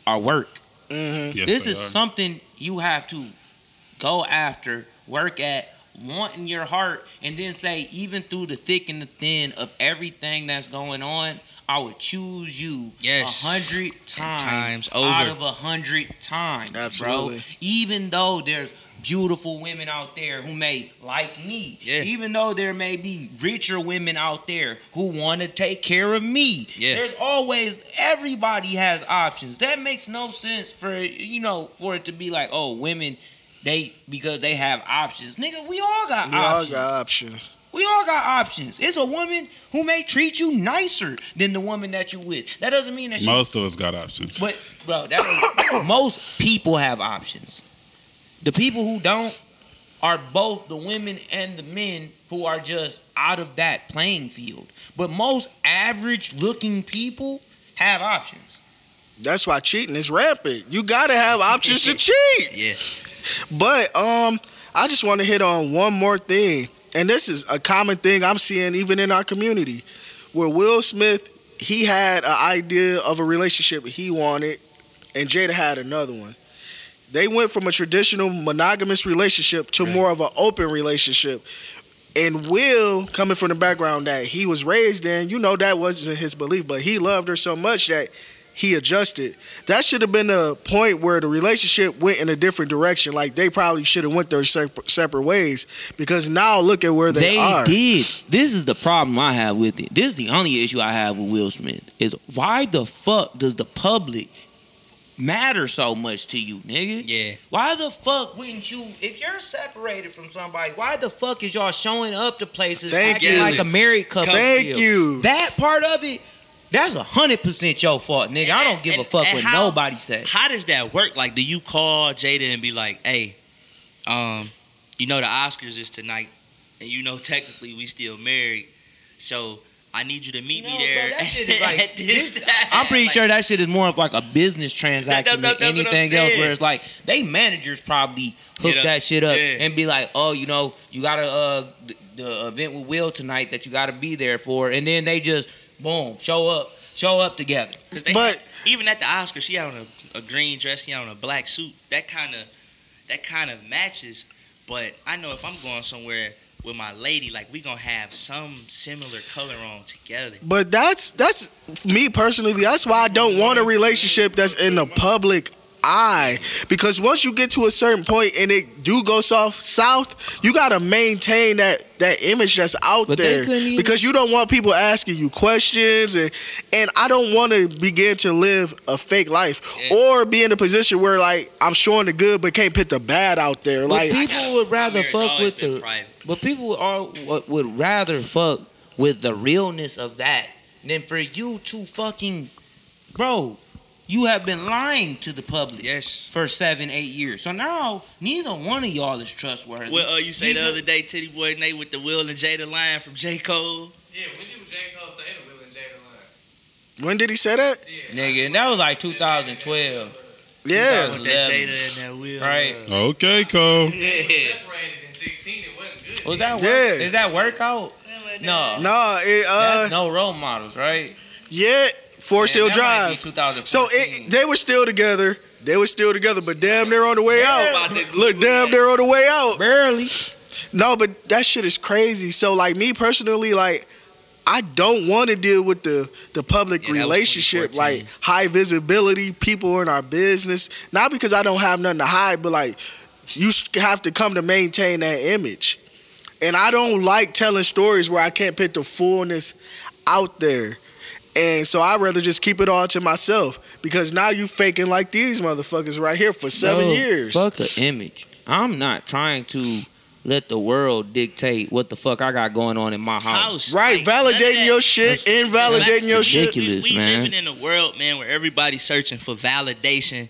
are work.
Mhm.
yes,
this
they
is
are.
something you have to go after, work at, want in your heart, and then say, even through the thick and the thin of everything that's going on, I would choose you
Yes.
a hundred times,
times
out
over.
of a hundred times, bro.
Absolutely.
Even though there's beautiful women out there who may like me,
Yeah.
even though there may be richer women out there who want to take care of me,
Yeah.
there's always everybody has options. That makes no sense for you know for it to be like oh women they because they have options. Nigga, we all got
We all
options.
got options.
We all got options. It's a woman who may treat you nicer than the woman that you with. That doesn't mean that she
most of us got options
but bro, that most people have options. The people who don't are both the women and the men who are just out of that playing field. But most average looking people have options.
That's why cheating is rampant. You gotta have options to cheat.
Yeah.
But um, I just want to hit on one more thing, and this is a common thing I'm seeing even in our community, where Will Smith he had an idea of a relationship he wanted, and Jada had another one. They went from a traditional monogamous relationship to more of an open relationship. And Will, coming from the background that he was raised in, you know that wasn't his belief, but he loved her so much that he adjusted. That should have been a point where the relationship went in a different direction. Like they probably should have went their separ- separate ways because now look at where they, are.
did. This is the problem I have with it. This is the only issue I have with Will Smith is why the fuck does the public matter so much to you, nigga?
Yeah.
Why the fuck wouldn't you? If you're separated from somebody, why the fuck is y'all showing up to places
Thank
acting
you.
like a married couple?
Thank
still?
you.
That part of it, that's a hundred percent your fault, nigga. I don't give a
And-
fuck
and
what
how-
nobody says.
How does that work? Like, do you call Jada and be like, "Hey, um, you know the Oscars is tonight, and you know technically we still married, so I need you to meet
No,
me there."
bro, that shit is
at
like-
this
this-
time."
I'm pretty
Like,
sure that shit is more of like a business transaction
that-
than
that's what I'm
anything else.
saying.
Where it's like they managers probably hook
Hit up.
that shit up
Yeah.
and be like, oh, you know, you got to uh the, the event with Will tonight that you got to be there for, and then they just boom show up, show up together.
'cause they-
But-
even at the Oscars, she had on a, a green dress, she had on a black suit. That kind of that kind of matches. But I know if I'm going somewhere with my lady, like we gonna have some similar color on together.
But that's that's me personally. That's why I don't want a relationship that's in the public eye because once you get to a certain point and it do go south south, you gotta maintain that that image that's out
But they
there
couldn't even-
because you don't want people asking you questions and and I don't want to begin to live a fake life
Yeah.
or be in a position where like I'm showing the good but can't put the bad out there.
Like
Like
people would
My
rather
marriage
fuck
always
with
been
the
private.
But people are would- would rather fuck with the realness of that than for you to fucking, bro. You have been lying to the public
Yes.
for seven, eight years. So now neither one of y'all is trustworthy.
Well, uh, you say the
Neither-
other day, Titty Boy Nate with the Will and Jada line from J. Cole.
Yeah, when did J. Cole say the Will and Jada line?
When did he say that?
Yeah.
nigga, and that was like 2012.
Yeah.
With that
11.
Jada and that Will.
Right.
uh,
Okay, Cole.
Yeah.
Separated in 16, it wasn't good.
Was that work?
Yeah.
Is that workout? No.
Nah, it uh
That's no role models, right?
yeah, Forest Hill
Man, that might
Drive.
be 2014.
So it, they were still together. They were still together, but damn, they're on the way
About
out.
to Google
Look, damn,
that.
they're on the way out.
barely.
No, but that shit is crazy. So like me personally, like I don't want to deal with the the public
Yeah, that was
relationship,
2014.
like high visibility, people in our business. Not because I don't have nothing to hide, but like you s- have to come to maintain that image. And I don't like telling stories where I can't put the fullness out there. And so I'd rather just keep it all to myself because now you faking like these motherfuckers right here for seven
Bro,
years.
Fuck an image. I'm not trying to let the world dictate what the fuck I got going on in my house.
House.
Right,
Like, none of
validating
that-
your shit, invalidating your shit.
Ridiculous,
we, we
man.
living in a world, man, where everybody's searching for validation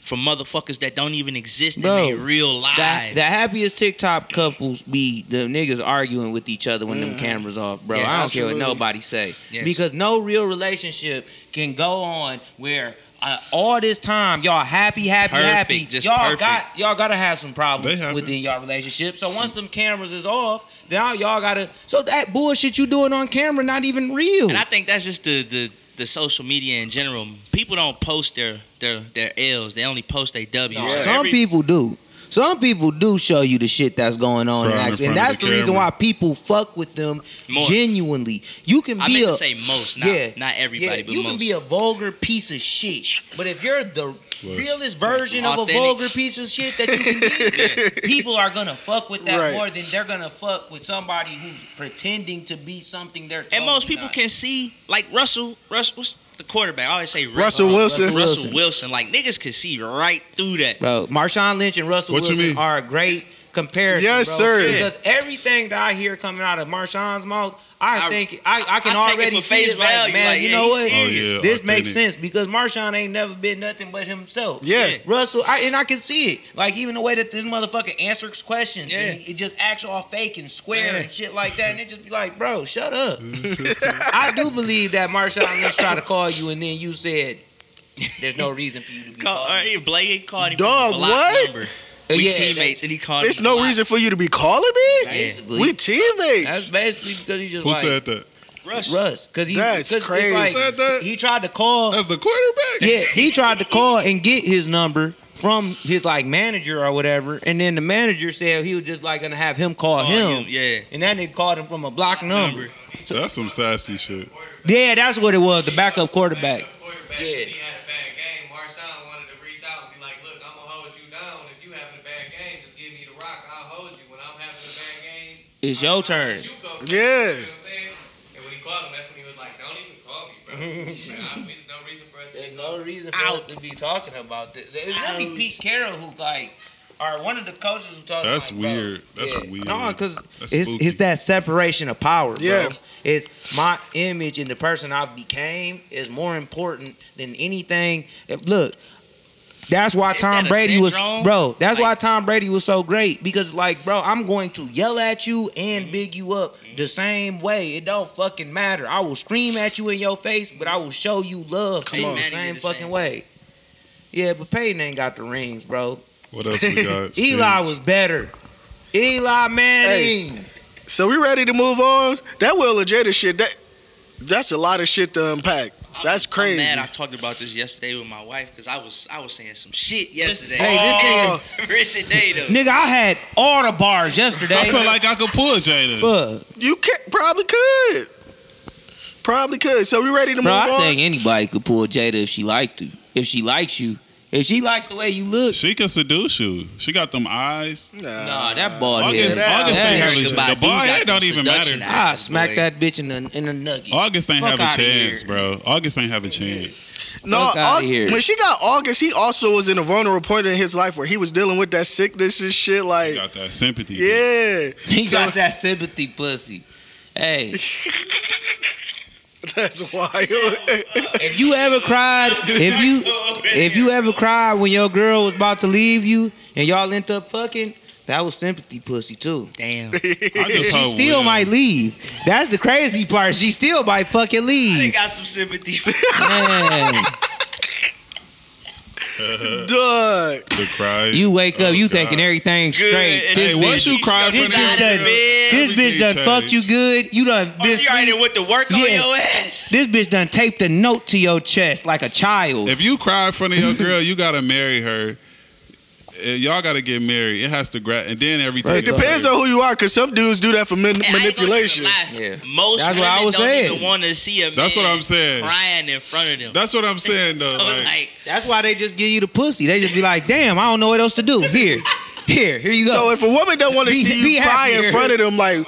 from motherfuckers that don't even exist
Bro,
in their real lives.
The, the happiest TikTok couples be the niggas arguing with each other when them cameras off, bro.
Mm. Yes,
I don't care
absolutely.
what nobody say
Yes.
because no real relationship can go on where uh, all this time y'all happy, happy,
Perfect,
happy.
just
y'all
perfect.
got y'all gotta have some problems
They happy.
within y'all relationship. So once them cameras is off, now y'all gotta. So that bullshit you doing on camera not even real.
And I think that's just the the the social media in general. People don't post their their their L's. They only post their W's.
Yeah.
So
Some
every-
people do. Some people do show you the shit that's going on, and,
Right in
act- and
front of
that's
the
the, reason
camera.
why people fuck with them
More.
genuinely. You can
I
be
meant
a
to say most, not
yeah.
not everybody,
yeah,
but
you
most.
can be a vulgar piece of shit, but if you're the realest version of a
Authentic.
vulgar piece of shit that you can be, people are gonna fuck with that
Right.
more than they're gonna fuck with somebody who's pretending to be something they're.
and most
totally
people
not.
can see like Russell Russell what's the quarterback. I always say
Russell Wilson.
Russell Wilson. Like niggas can see right through that.
bro. Marshawn Lynch and Russell
What you
Wilson
mean?
are a great comparison.
Yes,
bro,
sir.
Because everything that I hear coming out of Marshawn's mouth, I,
I-
think I, I can
I take it
already
for
see
face
it, like,
value,
man,
like,
you
yeah,
know
he
what?
serious.
Oh, yeah,
this makes
authentic.
sense because Marshawn ain't never been nothing but himself.
Yeah.
Russell, I, and I can see it. Like even the way that this motherfucker answers questions, and
Yeah.
it just acts all fake and square
Yeah.
and shit like that, and it just be like, bro, shut up. I do believe that Marshawn Lynch tried to call you, and then you said, "There's no reason for you to be."
Call,
calling."
or Blake called him.
Dog,
from a block
what?
Number.
Uh,
We
yeah,
teammates, and he called.
There's
him from
no
a block.
reason for you to be calling me.
Basically.
We
That's
teammates.
basically because he just
Who
like
said that?
Russ.
Russ. Because he
That's
'cause it's
crazy.
like,
Said that?
He tried to call.
That's the quarterback.
yeah, he tried to call and get his number from his like manager or whatever, and then the manager said he was just like gonna have him call
Oh,
Called
him.
him, Yeah.
And that nigga called him from a block number.
Number.
That's some sassy shit.
Yeah, that's what it was. The backup quarterback.
Backup quarterback,
Yeah.
if he had a bad game, Marshawn wanted to reach out and be like, look, I'm going to hold you down. If you having a bad game, just give me the rock. I'll hold you. When I'm having a bad game,
It's your turn.
You go first,
Yeah.
You know what I'm saying? And when he called him, that's when he was like, don't even call me, bro. Like, I- There's no reason for us
There's
to be
no reason for us to be talking about this. It's really Pete Carroll who like, or one of the coaches who talked.
That's
like, bro,
weird. That's
yeah.
weird.
No, because
That's
it's,
spooky.
it's that separation of power, bro.
Yeah.
It's my image and the person I became is more important than anything. If- Look, that's why
Is
Tom
that a
Brady was,
syndrome?
bro. That's why
Like-
Tom Brady was so great because, like, bro, I'm going to yell at you
Mm-hmm.
and big you up the same way. It don't fucking matter. I will scream at you in your face, but I will show you love
Come
too,
on.
the
Manning
same
did the
fucking
same.
way. Yeah, but Peyton ain't got the rings, bro.
What else we got?
Eli
Steve?
was better. Eli Manning.
So we ready to move on? That Will and Jada shit, that that's a lot of shit to unpack. That's crazy.
I'm mad I talked about this yesterday with my wife because I was I was saying some shit yesterday.
Hey,
Oh,
Richard Nato.
Nigga, I had all the bars yesterday.
I feel like I could pull Jada.
Fuck.
you can, probably could. Probably could. So we ready to
Bro,
move
I
on?
think anybody could pull Jada if she liked to. If she likes you, If she likes the way you look,
She can seduce you. She got them eyes.
nah, that bald
August,
head.
August
That ain't
ain't have
shit.
a
shit. Badu
The bald
got
head don't
them
even
seduction
matter.
eyes.
I smack
Boy.
that bitch in the in the nugget.
August ain't
Fuck
have a
outta
chance,
here.
bro. August ain't have a chance.
No,
Fuck outta
Aug-
here.
when she got August, he also was in a vulnerable point in his life where he was dealing with that sickness and shit.
He
Like,
got that sympathy.
yeah,
He
So-
got that sympathy pussy. Hey,
that's wild.
if you ever cried, if you if you ever cried when your girl was about to leave you and y'all ended up fucking, that was sympathy pussy too.
Damn.
I just
She
hope
still
Will-
might leave. That's the crazy part. She still might fucking
They
leave.
got some sympathy.
Man,
Duh.
The cry.
you wake up,
Oh,
you
God.
thinking everything's
Good.
straight. This
Hey, once
bitch,
you cry in
this
front of
bitch
your
done,
girl,
this bitch
everything
done fucked
changed.
you good. You done
Oh,
this,
she already went to work on
Yeah.
your ass.
this bitch done taped a note to your chest like a child.
If you cry in front of your girl, you gotta marry her. Uh, Y'all gotta get married. It has to grab, and then everything.
Right.
is
Depends on
better.
who you are, because some dudes do that for
And I
man-
ain't gonna
manipulation.
even lie.
Yeah.
Most
That's what
women
I was
don't
saying.
even want to see a man
That's what I'm saying.
crying in front of them.
That's what I'm saying though.
so
like,
like,
That's why they just give you the pussy. They just be like, damn, I don't know what else to do. Here, here, here you
So
go.
if a woman don't want to
Be-
see
be
you cry in
happier.
front of them, like,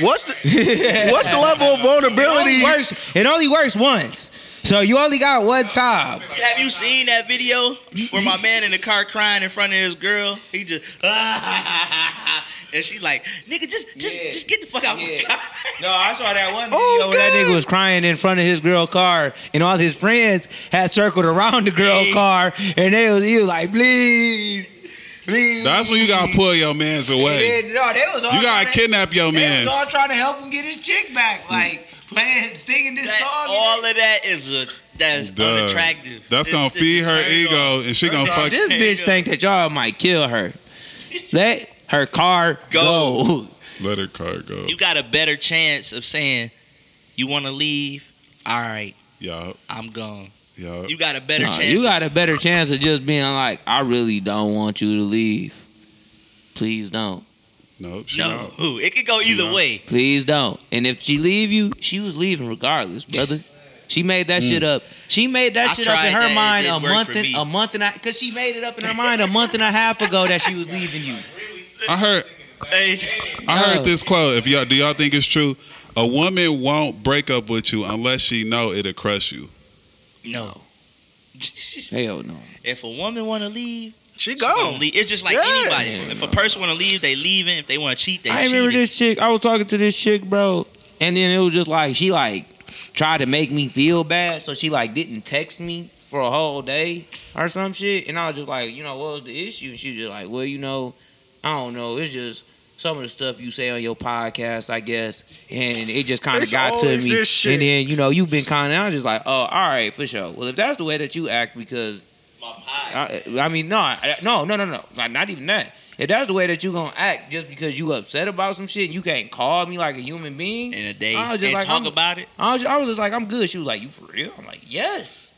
what's the what's the level of
it
vulnerability?
only works. It only works once. So you only got one time.
have you seen that video where my man in the car crying in front of his girl? He just and she like, nigga, just just
Yeah.
just get the fuck out of my
Yeah.
car.
No, I saw that one video
Oh,
where that
God.
nigga was crying in front of his girl car, and all his friends had circled around the girl
Hey.
car, and they was, he was like, please, please.
that's when you gotta pull your man's away.
And then, no, they was all
You gotta
tryna-
kidnap your
They
man's.
was all trying to help him get his chick back, like playing, singing this
That,
song.
all of that is a that's
Duh.
unattractive.
That's
It's-
gonna
it's a
feed her
turn off.
ego, and she gonna
First off,
fuck.
this-
This bitch think that y'all might kill her. Let her car
Go.
go.
Let her car go.
You got a better chance of saying, you want to leave? All right,
Y'all,
I'm gone.
y'all.
You got a better
Nah,
chance.
you got a better chance of just being like, I really don't want you to leave. Please don't.
Nope. She
No,
out.
it could go
She
either
out.
way.
Please don't. And if she leave you, she was leaving regardless, brother. She made that shit up. She made that
I
shit up
tried
in her
that, it
mind a
didn't work
month
for
and
me.
a month and a cause she made it up in her mind a month and a half ago that she was leaving you.
I heard.
Hey,
I
No.
heard this quote. If y'all do y'all think it's true? A woman won't break up with you unless she know it'll crush you.
no.
Hell no.
if a woman want to leave,
She
gonna
gone.
leave. it's just like
Yeah.
anybody.
Yeah,
if a person want to leave, they leaving. If they want to cheat, they
I
cheating.
remember this chick. I was talking to this chick, bro, and then it was just like she like tried to make me feel bad, so she like didn't text me for a whole day or some shit. And I was just like, you know, what was the issue? And she was just like, well, you know, I don't know. It's just some of the stuff you say on your podcast, I guess, and it just kind of
It's
got to me.
always this shit.
And then you know you've been kind of. I was just like, oh, all right, for sure. Well, if that's the way that you act, because
My pie.
I, I mean, no, I, no, no, no, no, like, not even that. If that's the way that you gonna act, just because you upset about some shit, and you can't call me like a human being.
In a day,
I was
and
just like,
talk
I'm-
about it.
I was, I was just like, I'm good. She was like, you for real? I'm like, yes.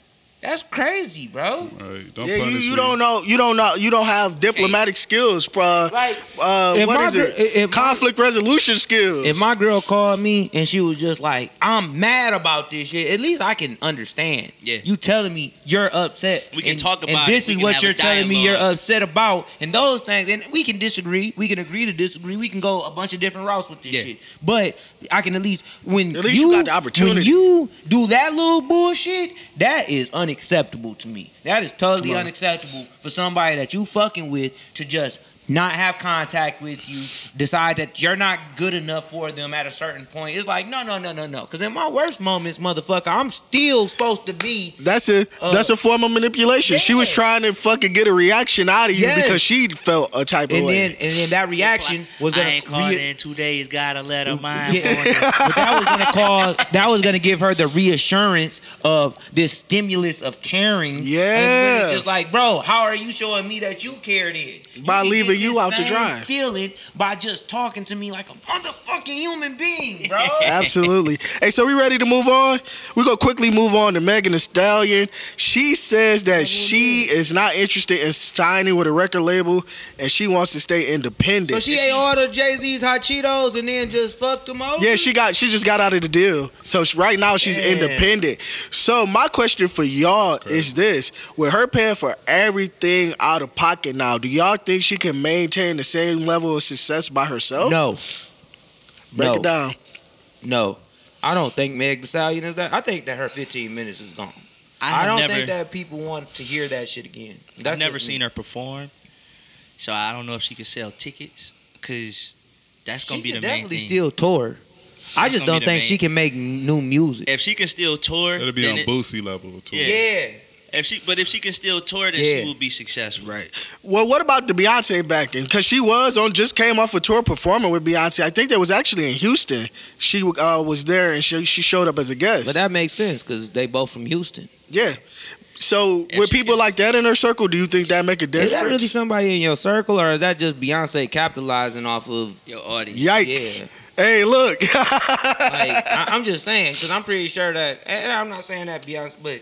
That's crazy, bro.
Right? Don't
Yeah, you,
punish
you
me.
don't know. You don't know. You don't have diplomatic skills, bruh.
Like,
Uh,
if
what
my
is
gir-
it?
if- if my-
Conflict resolution skills.
If my girl called me and she was just like, I'm mad about this shit, at least I can understand.
Yeah.
You telling me you're upset.
We can
and-
talk about
and
it.
this
We
is
can
what
have
you're
a
telling me you're
dialogue.
upset about. And those things. And we can disagree. We can agree to disagree. We can go a bunch of different routes with this
Yeah.
shit. But I can at least when
At least you got the opportunity.
When you do that little bullshit, that is unacceptable to me. That is totally
Come on.
unacceptable for somebody that you fucking with to just not have contact with you, decide that you're not good enough for them at a certain point. It's like, no, no, no, no, no. Because in my worst moments, motherfucker, I'm still supposed to be.
that's a
Uh,
that's a form of manipulation. She was
yeah.
trying to fucking get a reaction out of you
Yes.
because she felt a type of
And
way.
then, and then that reaction was
I
gonna
ain't called
rea-
in two days. Gotta let her mind.
Yeah, but that was gonna cause that was gonna give her the reassurance of this stimulus of caring. And when
Yeah.
it's just like, bro, how are you showing me that you care then? You
By
can
leaving you out to
same
dry.
Feeling by just talking to me like a motherfucking human being, bro.
Absolutely. Hey, so we ready to move on? We're gonna quickly move on to Megan Thee Stallion. She says that she is not interested in signing with a record label and she wants to stay independent.
so she ate all the Jay Z's hot Cheetos and then just fucked them over.
yeah, she got she just got out of the deal. So she, right now she's
Damn.
independent. So my question for y'all is this: With her paying for everything out of pocket now, do y'all think she can maintain the same level of success by herself?
No,
Break
no.
it down.
no. I don't think Meg Thee Stallion is that. I think that her 15 minutes is gone. I,
have
don't
never,
think that people want to hear that shit again.
I've
That's
never seen her perform, so I don't know if she could sell tickets because that's gonna be the main
definitely
thing.
still tour. I
That's gonna
just don't
be the
think
main-
she can make new music.
if she can still tour,
It'll be
then
on
it-
Boosie level too.
Yeah. if she but if she can still tour, then
Yeah.
she will be successful.
Right. Well, what about the Beyonce backing? Because she was on, just came off a tour performing with Beyonce. I think that was actually in Houston. She uh, was there and she, she showed up as a guest.
But that makes sense because they both from Houston.
yeah. So
If
with
she-
people like that in her circle, do you think that make a difference?
Is that really somebody in your circle, or is that just Beyonce capitalizing off of?
Your audience.
Yikes.
Yeah.
Hey, look.
Like I, I'm just saying because I'm pretty sure that and I'm not saying that Beyonce, but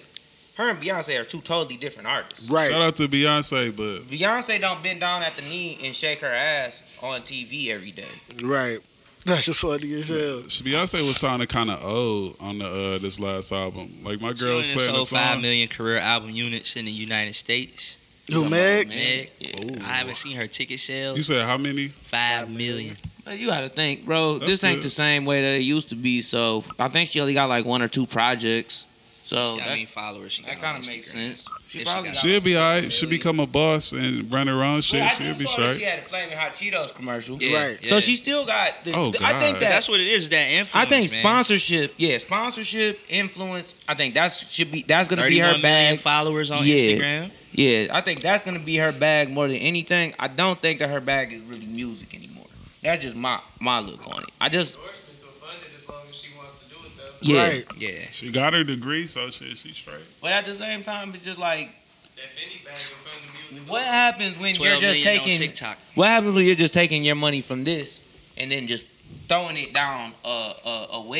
her and Beyonce are two totally different artists.
Shout
right.
out to Beyonce, but
Beyonce don't bend down at the knee and shake her ass on TV every day.
Right. That's funny as hell.
Beyonce was sounding kind of old on the uh, this last album. Like my
She
girls
only
playing the
sold five
song.
million career album units in the United States.
Who, Meg?
Meg,
Ooh.
I haven't seen her ticket
You
sales.
said how many?
Five million.
But you gotta think, bro.
That's
this ain't
good.
the same way that it used to be. So I think she only got like one or two projects. So
She-
that,
I mean, followers. She
that
got on
kind of makes
Instagram.
sense.
If she got-
got-
She'll be alright. She'll become a boss and run her own shit.
Well, I
She'll
just
be
saw that She
straight.
had a flaming hot Cheetos commercial.
Yeah,
Right.
yeah.
So she still got. The,
Oh,
the- I
God.
think that.
That's what it is. That
I
influence.
think
man.
sponsorship, yeah, sponsorship, influence. I think that's should be that's gonna be
31
her
million
bag.
followers on
Yeah.
Instagram.
Yeah, I think that's gonna be her bag more than anything. I don't think that her bag is really music anymore. That's just my my look on it. I just
Endorsements abundant as long as she wants to do it though.
yeah,
Right.
Yeah.
She got her degree, so shit, she straight.
but at the same time, it's just like
That Fendi bag will fund the music.
what happens when you're
Twelve
just
million on
taking
TikTok.
what happens when you're just taking your money from this and then just throwing it down a a, a well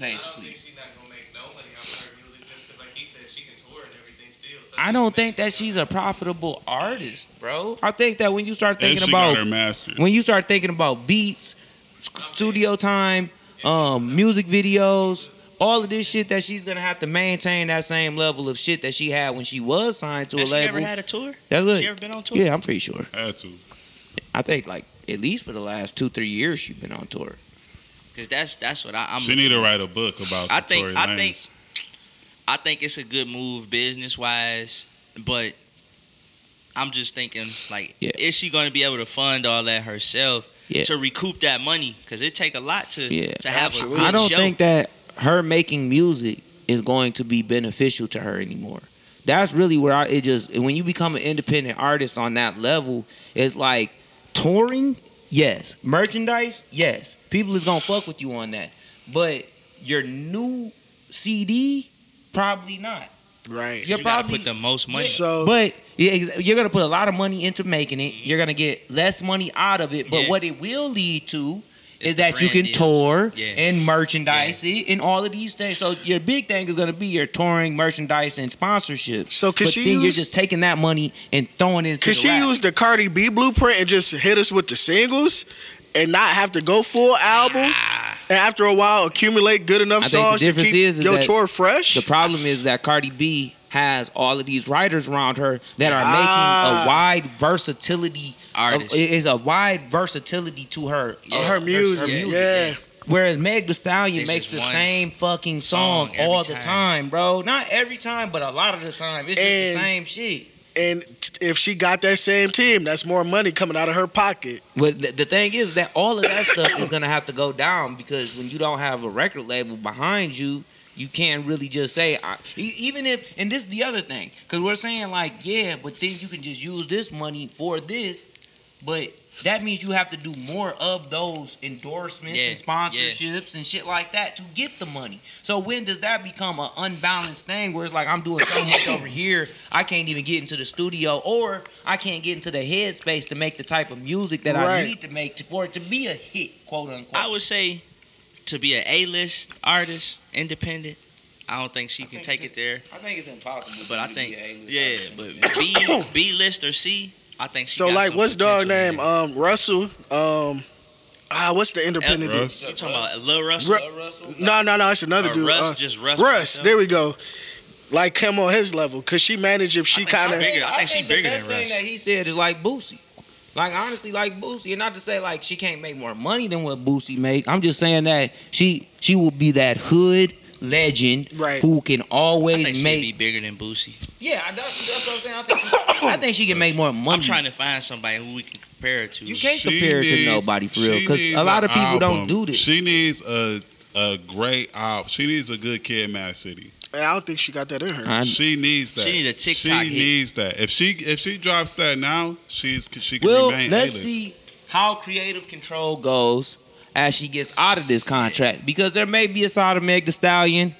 I don't
basically.
think she's not gonna make no money off her music just 'cause like he said, she can tour and everything still. So
I
she
don't
can
think
make
that she's a profitable artist, bro. I think that when you start
And
thinking
she
about
got her master.
when you start thinking about beats, studio time, um, music videos, all of this shit that she's gonna have to maintain that same level of shit that she had when she was signed to a
Has she ever
label.
had a tour?
That's
She
what.
ever been on tour?
Yeah, I'm pretty sure.
Had to.
I think like at least for the last two three years she's been on tour.
Because that's that's what I, I'm.
she need to write a book about.
I
the
think-
Tory
I think-
Lanez.
I think it's a good move business wise, but I'm just thinking like,
Yeah.
is she going to be able to fund all that herself
Yeah.
to recoup that money? Because it take a lot to
Yeah.
to have
Absolutely.
a good
I don't
show.
think that her making music is going to be beneficial to her anymore. That's really where I it just when you become an independent artist on that level, it's like touring, yes. Merchandise, yes. People is gonna fuck with you on that. But your new CD, probably not.
Right.
You're
you gotta
probably
put the most money.
So
but yeah, ex- you're gonna put a lot of money into making it. You're gonna get less money out of it. But
Yeah.
what it will lead to
It's
is
the
that you can
brand deals.
tour
Yeah.
and merchandise it and all of these things. So your big thing is gonna be your touring, merchandise, and sponsorship.
So could
but
she
then you're
use-
just taking that money and throwing it into
could
the
she
rap.
use the Cardi B blueprint and just hit us with the singles and not have to go full album? And after a while, accumulate good enough
I think the
songs to
difference
keep
is- is
your
that
tour fresh.
The problem is that Cardi B has all of these writers around her that are
Ah.
making a wide versatility. Of,
Artist.
it is a wide versatility to her.
Of
Oh,
uh,
her music, yeah.
Whereas Meg Thee Stallion
It's
makes
just
the
one
same fucking
song
song,
every
all the
time.
time, bro. Not every time, but a lot of the time. It's just
And-
the same shit.
And t- if she got that same team, that's more money coming out of her pocket.
But the, the thing is that all of that stuff is gonna have to go down because when you don't have a record label behind you, you can't really just say I, e- even if. And this is the other thing because we're saying like, yeah, but then you can just use this money for this. But that means you have to do more of those endorsements
Yeah,
and sponsorships and shit like that to get the money. So when does that become an unbalanced thing where it's like I'm doing so much over here, I can't even get into the studio or I can't get into the headspace to make the type of music that I
Right.
need to make to, for it to be a hit, quote unquote.
I would say to be an A-list artist, independent. I don't think she can
think
take
so.
it there.
I think it's impossible.
But I think, yeah, but B B list or C, I think. She
So
got
like,
some
what's dog
potential in
name?
it.
Um, Russell. Um, ah, what's the independent
Elton
dude?
Russ.
You talking about Lil Russell?
Ru- No, no, no. It's another
Or
dude.
Russ,
Uh,
just Russ.
Russ.
himself?
There we go. Like him on his level, cause she managed if she
I think so.
kind of.
Big bigger. I think she
the
bigger
best
than
thing
Russ.
that he said is like Boosie. Like honestly, like Boosie, and not to say like she can't make more money than what Boosie make. I'm just saying that she she will be that hood legend
Right.
who can
I think
always
she'd
make.
be bigger than Boosie.
yeah, I- that's, that's what I'm saying. I think, she, I think she can make more money.
I'm trying to find somebody who we can compare it to.
You can't
She
compare her to
needs-
nobody for real
she
because
needs
a lot of
an
people don't
album.
do this.
She needs a a great album. She needs a good kid, Mad City.
I don't think she got that in her.
I-
She needs that.
She need a TikTok
She
hit.
needs that. If she if she drops that now, she's she can
well,
remain.
let's
A-list.
see how creative control goes as she gets out of this contract because there may be a side of Meg the Stallion.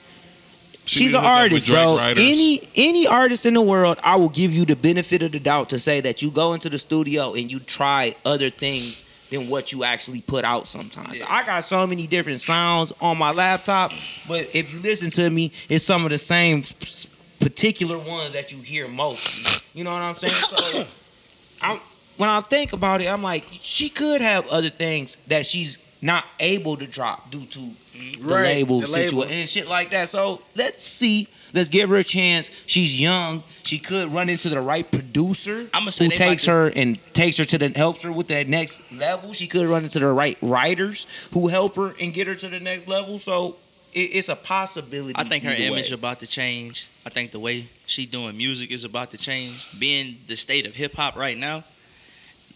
She
She's
needs
an
to hook up with
artist,
Drake
bro.
writers.
Any any artist in the world, I will give you the benefit of the doubt to say that you go into the studio and you try other things than what you actually put out sometimes.
Yeah.
I got so many different sounds on my laptop, but if you listen to me, it's some of the same s- particular ones that you hear most. You know what I'm saying? So I'm, when I think about it, I'm like, she could have other things that she's not able to drop due to the
Right,
label
the
situation
label.
and shit like that. So let's see. Let's give her a chance. She's young. She could run into the right producer
I'ma say
who
they about
takes
to-
her and takes her to the helps her with that next level. She could run into the right writers who help her and get her to the next level. So it, it's a possibility.
I think her
either
image
way.
about to change. I think the way she doing music is about to change. Being the state of hip hop right now,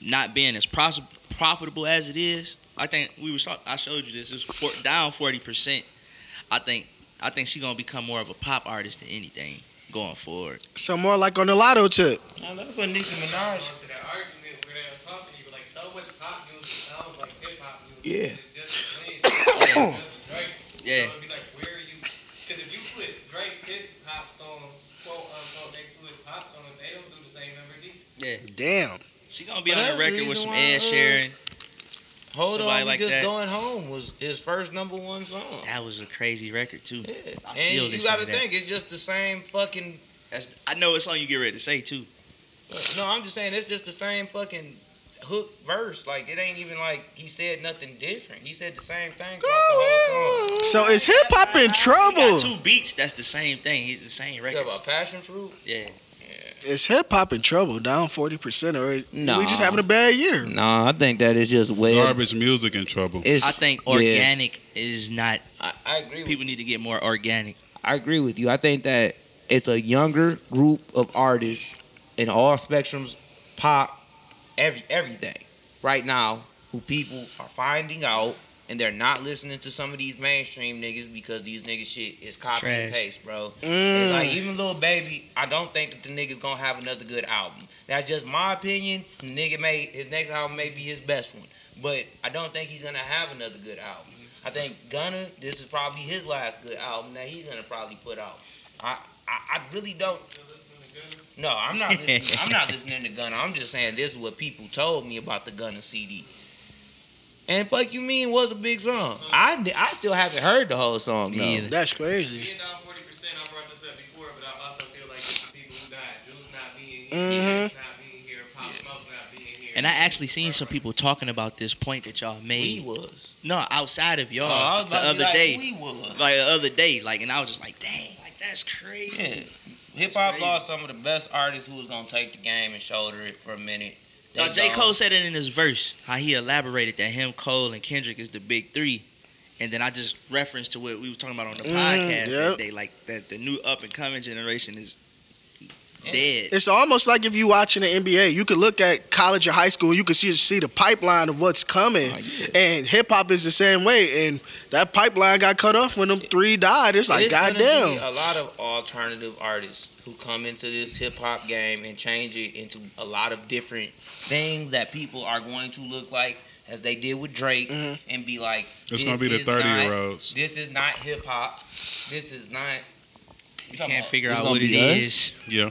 not being as pros- profitable as it is. I think we were. talk- I showed you this. It's for, down forty percent. I think. I think she gonna become more of a pop artist than anything going forward.
So more like on the lotto tip.
And that's what Nicki Minaj.
to that argument where I was talking to you, like so much pop music sounds like hip hop music.
Yeah.
It's just clean. It's just Drake.
Yeah.
So it'd be like, where are you? Because if you put Drake's hip hop songs, quote unquote, next to his pop songs, they don't do the same numbers either.
Yeah,
Damn.
she gonna be
Well,
on
that's
the
the
record with
reason
some
why,
Ed
uh,
Sheeran.
Hold
Somebody
on,
like
just
that.
going home was his first number one song.
That was a crazy record too.
Yeah.
I still
And you
listen to
gotta
that.
think it's just the same fucking.
That's. I know it's something you get ready to say too.
No, I'm just saying it's just the same fucking hook verse. Like it ain't even like he said nothing different. He said the same thing. throughout the whole song.
So is hip hop in
You got
trouble?
two beats. That's the same thing. It's the same
You
record.
have a passion fruit.
Yeah.
Is hip hop in trouble? Down forty percent, or
No.
we just having a bad year?
No, I think that is just well.
Garbage music in trouble.
It's,
I think organic is not.
I, I agree. With,
People need to get more organic.
I agree with you. I think that it's a younger group of artists in all spectrums, pop, every everything right now, who people are finding out and they're not listening to some of these mainstream niggas because these niggas shit is copy and
Trash.
paste, bro.
Mm.
It's like even little baby, I don't think that the nigga's gonna have another good album. That's just my opinion. The nigga may his next album may be his best one, but I don't think he's gonna have another good album. I think Gunna, this is probably his last good album that he's gonna probably put out. I I, I really don't. No, I'm not. Listening, I'm not listening to Gunna. I'm just saying this is what people told me about the Gunna CD. And fuck you mean was a big song. I, I still haven't heard the whole song though.
Me either.
That's crazy.
Being down forty percent, I brought this up before, but I also feel like it's the people who died. Juice not being here,
Mhm.
Nas not being here, Pop Smoke not being here.
Mm-hmm. And I actually seen some people talking about this point that y'all
We
made.
was.
No, outside of y'all
Oh, I was
the
about to be
other
like,
day,
We was.
like the other day, like, and I was just like, dang, like that's crazy.
yeah. Hip hop
crazy.
lost some of the best artists who was gonna take the game and shoulder it for a minute.
Now,
They
J.
gone.
Cole said it in his verse, how he elaborated that him, Cole, and Kendrick is the big three. And then I just referenced to what we were talking about on the
Mm,
podcast
yep.
that day, like that the new up and coming generation is dead.
It's almost like if you watching the NBA, you could look at college or high school, you could see see the pipeline of what's coming.
Oh, yeah.
And hip hop is the same way, and that pipeline got cut off when them three died. It's like,
It's gonna be
goddamn,
A lot of alternative artists who come into this hip hop game and change it into a lot of different things that people are going to look like as they did with Drake
Mhm.
Mm-hmm.
and be like,
It's gonna
"This
be the
is
thirty
not-
year olds.
This is not hip hop. This is not.
You can't figure
It's
out
gonna
what it
be us?
is.
Yeah,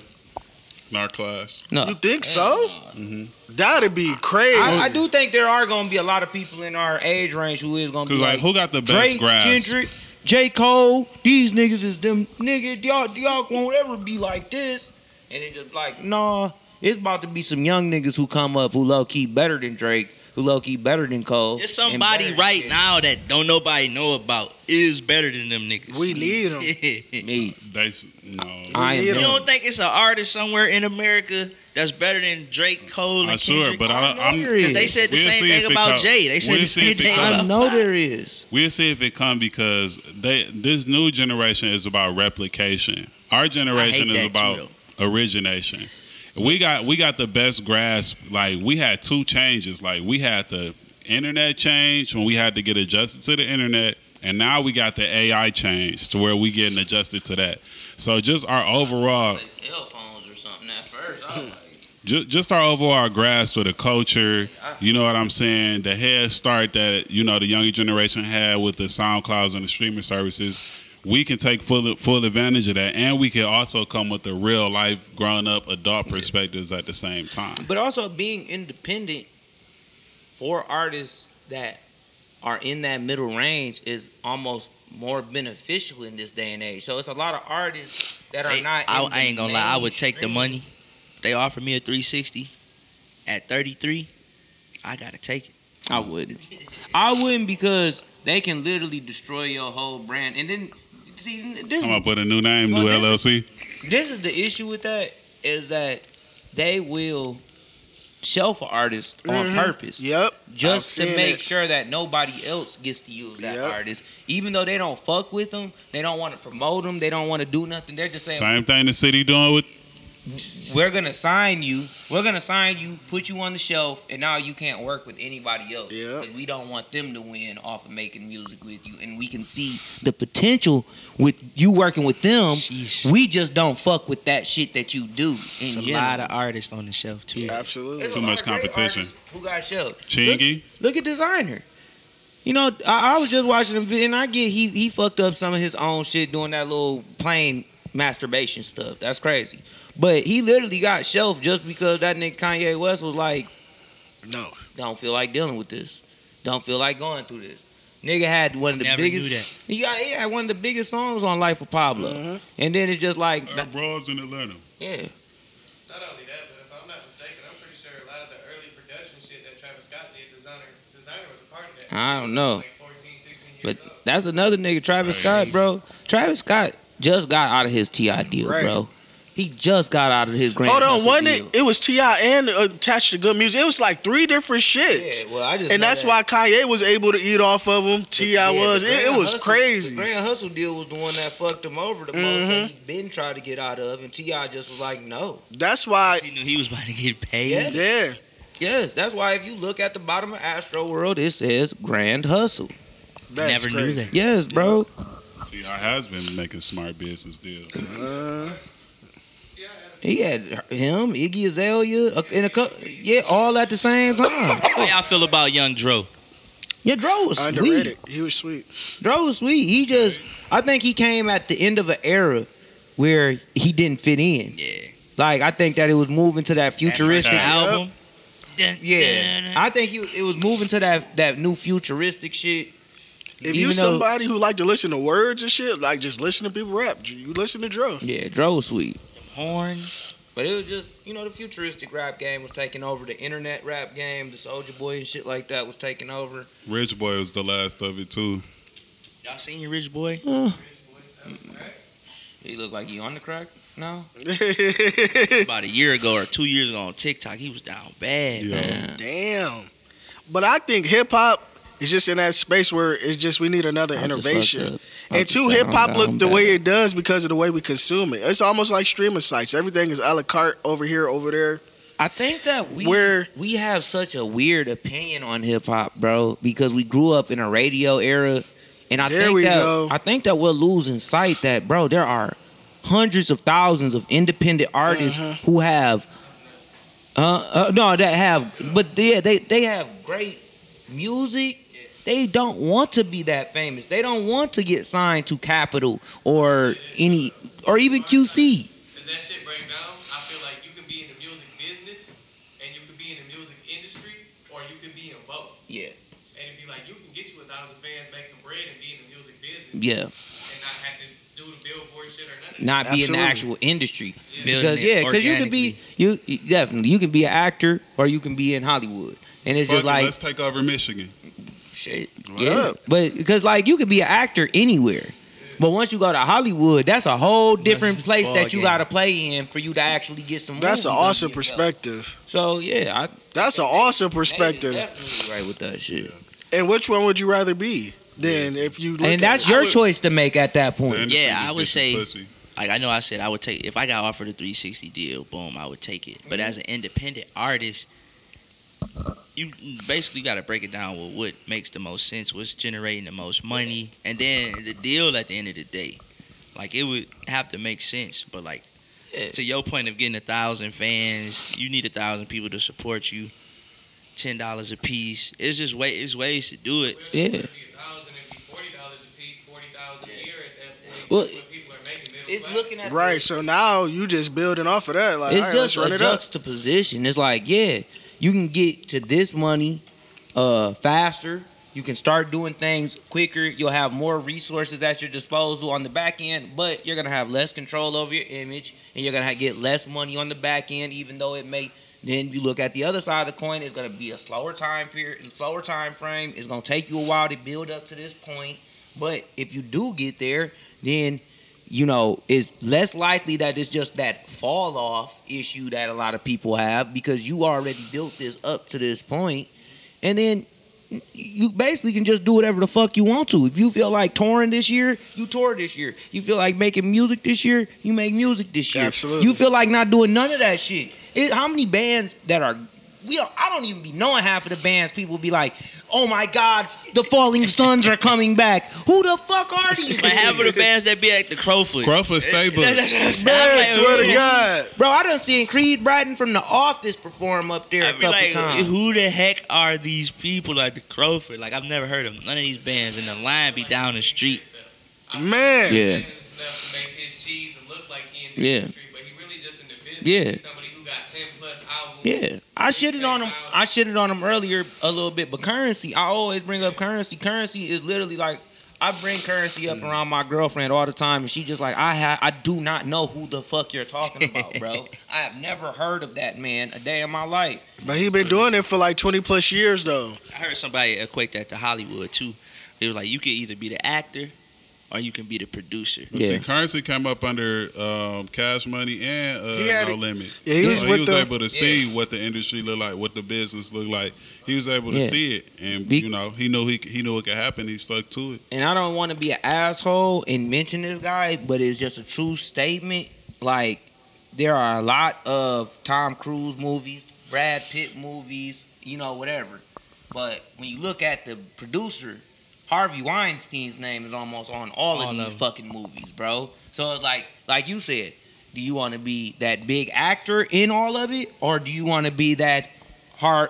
in our class.
No,
You think so?
Mhm.
That'd be crazy.
uh, I, I do think there are going to be a lot of people in our age range who is going to be
Cause like,
like,
who got the best
Drake,
grasp?
Kendrick, J. Cole, these niggas is them niggas. Y'all, y'all won't ever be like this. And it just like, nah, it's about to be some young niggas who come up who low key better than Drake, who low key better than Cole.
There's
and better
somebody
than
right
Kendrick.
now that don't nobody know about is better than them niggas.
We need 'em.
them.
Me,
They, no.
I
need 'em.
am.
You
them.
don't think it's an artist somewhere in America that's better than Drake Cole and
I sure,
Kendrick?
but I, I'm.
Because
Because they said the
We'll
same
see if
thing
it
about
come.
Jay. They said
We'll
the
see
same
if it
thing
come.
about
I know there is.
We'll see if it come because they this new generation is about replication. Our generation
I
is
hate that
about
too,
origination. We got we got the best grasp. Like we had two changes. Like we had the internet change when we had to get adjusted to the internet, and now we got the AI change to where we getting adjusted to that. So just our overall
Cell phones or something at first. I was like,
just, just our overall grasp of the culture. You know what I'm saying? The head start that you know the younger generation had with the SoundClouds and the streaming services. We can take full full advantage of that, and we can also come with the real life, grown up, adult perspectives at the same time.
but also being independent for artists that are in that middle range is almost more beneficial in this day and age. So it's a lot of artists that are
They-
not.
I,
in
I
the
ain't gonna lie. I would take the
mainstream.
money. They offered me a 360 at 33. I gotta take it.
I wouldn't. I wouldn't because they can literally destroy your whole brand. And then see this
Come up with a new name, new
Well, this
LLC.
this is the issue with that is that they will shelf an artist on
Mhm.
purpose.
Yep.
just
I've
to
seen
make
it.
sure that nobody else gets to use that
Yep.
artist. Even though they don't fuck with them, they don't want to promote them, they don't want to do nothing. They're just saying,
Same thing the city doing with
we're gonna sign you. We're gonna sign you, put you on the shelf, and now you can't work with anybody else.
Yep.
'Cause We don't want them to win off of making music with you, and we can see the potential with you working with them.
Sheesh.
We just don't fuck with that shit that you do. In
It's a
general.
lot of artists on the shelf too.
Absolutely.
There's a
Too
lot
much
of great
competition.
artists Who got shelved?
Chingy.
Look at designer. You know, I, I was just watching him, and I get he he fucked up some of his own shit doing that little plain masturbation stuff. That's crazy. But he literally got shelved just because that nigga Kanye West was like,
No.
"Don't feel like dealing with this. Don't feel like going through this." Nigga had one of the
Never knew
biggest. He got he had one of the biggest songs on Life of Pablo, and then it's just like,
Our bros in Atlanta.
yeah,
Not only that, but if I'm not mistaken, I'm pretty sure a lot of the early production shit that Travis Scott did, designer designer was a part of that.
I don't know.
Like 14, 16
But
years old.
that's another nigga, Travis
Right.
Scott, bro. Travis Scott just got out of his Ti deal,
Right.
bro. He just got out of his grand.
Hold on,
Hustle
one it, it
deal.
was Ti and attached to good music. It was like three different shits,
Yeah, well, I just
and
know
that's
that.
why Kanye was able to eat off of them. Ti
Yeah, the
was it,
Grand
it was
Hustle-
crazy. Mm-hmm.
The grand hustle deal was the one that fucked him over the most that he been trying to get out of, and Ti just was like, no.
That's why,
He knew he was about to get paid.
Yeah.
yeah,
Yes, that's why if you look at the bottom of Astro World, it says Grand Hustle.
that's
Never knew
crazy.
that.
Yes, bro.
Ti has been making smart business deals.
Uh,
He had him, Iggy Azalea, a- and a couple, yeah, all at the same time.
How y'all feel about Young Dro?
Yeah, Dro was sweet.
underrated. He was sweet.
Dro was sweet. He just, I think he came at the end of an era where he didn't fit in.
Yeah.
Like I think that it was moving to that futuristic.
That first album. Dun, dun,
Yeah,
dun.
I think he, it was moving to that that new futuristic shit.
If
Even
you
though-
somebody who like to listen to words and shit, like just listen to people rap, you listen to Dro.
Yeah, Dro was sweet.
Horn.
But it was just, you know, the futuristic rap game was taking over. The internet rap game, the Soldier Boy and shit like that was taking over.
Rich Boy was the last of it too.
Y'all seen your Rich Boy?
He looked like he on the crack. No,
About a year ago or two years ago on TikTok, he was down bad.
Yeah.
man.
Damn. But I think hip hop is just in that space where it's just we need another innovation. And two, hip hop look the way it does because of the way we consume it. It's almost like streaming sites. Everything is a la carte over here, over there.
I think that we
Where-
we have such a weird opinion on hip hop, bro, because we grew up in a radio era, and I
There
think
we
that
go.
I think that we're losing sight that, bro, there are hundreds of thousands of independent artists
Uh-huh.
who have Uh, uh, no, that have, but yeah, they they have great music. They don't want to be that famous. They don't want to get signed to Capitol or any or even QC.
Does that shit break down? I feel like you can be in the music business and you can be in the music industry or you can be in both.
Yeah,
And it'd be like you can get you a thousand fans, make some bread and be in the music business
yeah,
and not have to do the billboard shit or none of
not
that.
be in the
Absolutely.
actual industry
Building
because
it
yeah, because you can be you you- definitely you can be an actor or you can be in Hollywood, and it's
Fuck
just
it,
like
let's take over Michigan.
shit.
Right.
Yeah, but because like you could be an actor anywhere, but once you go to Hollywood, that's a whole different
That's
place that you
ballgame.
got to play in for you to actually get some.
That's an
movies under
awesome
your belt.
perspective.
So yeah, I
That's an awesome
they
perspective.
definitely right with that shit,
And which one would you rather be? Then if you look
and that's
at
your
I would-
choice to make at that
The
point.
industry
Yeah, I
just
would
gets you
say-
pussy.
Like I know I said I would take if I got offered a 360 deal, boom, I would take it. But as an independent artist, you basically got to break it down with what makes the most sense, what's generating the most money, and then the deal at the end of the day. Like it would have to make sense, but like
Yeah.
to your point of getting a thousand fans, you need a thousand people to support you. Ten dollars a piece. It's just way. It's ways to do it.
Yeah.
It'd be a thousand, it'd be forty dollars a piece, forty thousand a year at that point.
Well,
when people are making middle
It's
class.
looking at
right. So now you just building off of that. Like, all
it's
right, let's
just
run
a
it up.
juxtaposition. It's like, yeah, you can get to this money uh, faster. You can start doing things quicker. You'll have more resources at your disposal on the back end, but you're gonna have less control over your image, and you're gonna ha- get less money on the back end, even though it may. Then you look at the other side of the coin. It's gonna be a slower time period, slower time frame. It's gonna take you a while to build up to this point, but if you do get there, then you know, it's less likely that it's just that fall off issue that a lot of people have because you already built this up to this point, and then you basically can just do whatever the fuck you want to. If you feel like touring this year, you tour this year. You feel like making music this year, you make music this year.
Absolutely.
You feel like not doing none of that shit. It, how many bands that are we don't I don't even be knowing half of the bands people be like, "Oh my god, the Falling Suns are coming back." Who the fuck are these?
But half of the
niggas?
bands that be at the Crowfoot.
Crawford Stable.
That's what I'm saying.
Man,
I'm like,
swear to
who-
God.
Bro, I done seen Creed Brighton from The Office perform up there a
I'd be
couple
like,
times.
who the heck are these people at the Crowford? Like, I've never heard of none of these bands, and the line be down the street.
Man.
yeah,
It's enough to make his cheese and look like he in the
Yeah.
industry, but he really just in the business.
Yeah.
He's somebody who got ten plus albums.
yeah. I shitted on him. I shitted on him earlier a little bit, but currency. I always bring up currency. Currency is literally like I bring currency
Mm.
up around my girlfriend all the time, and she just like I ha- I do not know who the fuck you're talking about, bro. I have never heard of that man a day in my life.
But he been doing it for like 20 plus years though.
I heard somebody equate that to Hollywood, too. It was like, you could either be the actor or you can be the producer.
But See, currency came up under um, cash money and uh,
He had
no
it-
limit.
Yeah, he was
so
with
he was
the-
able to see what the industry looked like, what the business looked like. He was able to
Yeah.
see it, and
Be-
you know, he knew he he knew it could happen. He stuck to it.
and I don't want to be an asshole and mention this guy, but it's just a true statement. Like there are a lot of Tom Cruise movies, Brad Pitt movies, you know, whatever. But when you look at the producer, Harvey Weinstein's name is almost on
All
all, of
of
these
them.
fucking movies, bro. So it's like, like you said, do you want to be that big actor in all of it, or do you want to be that hard?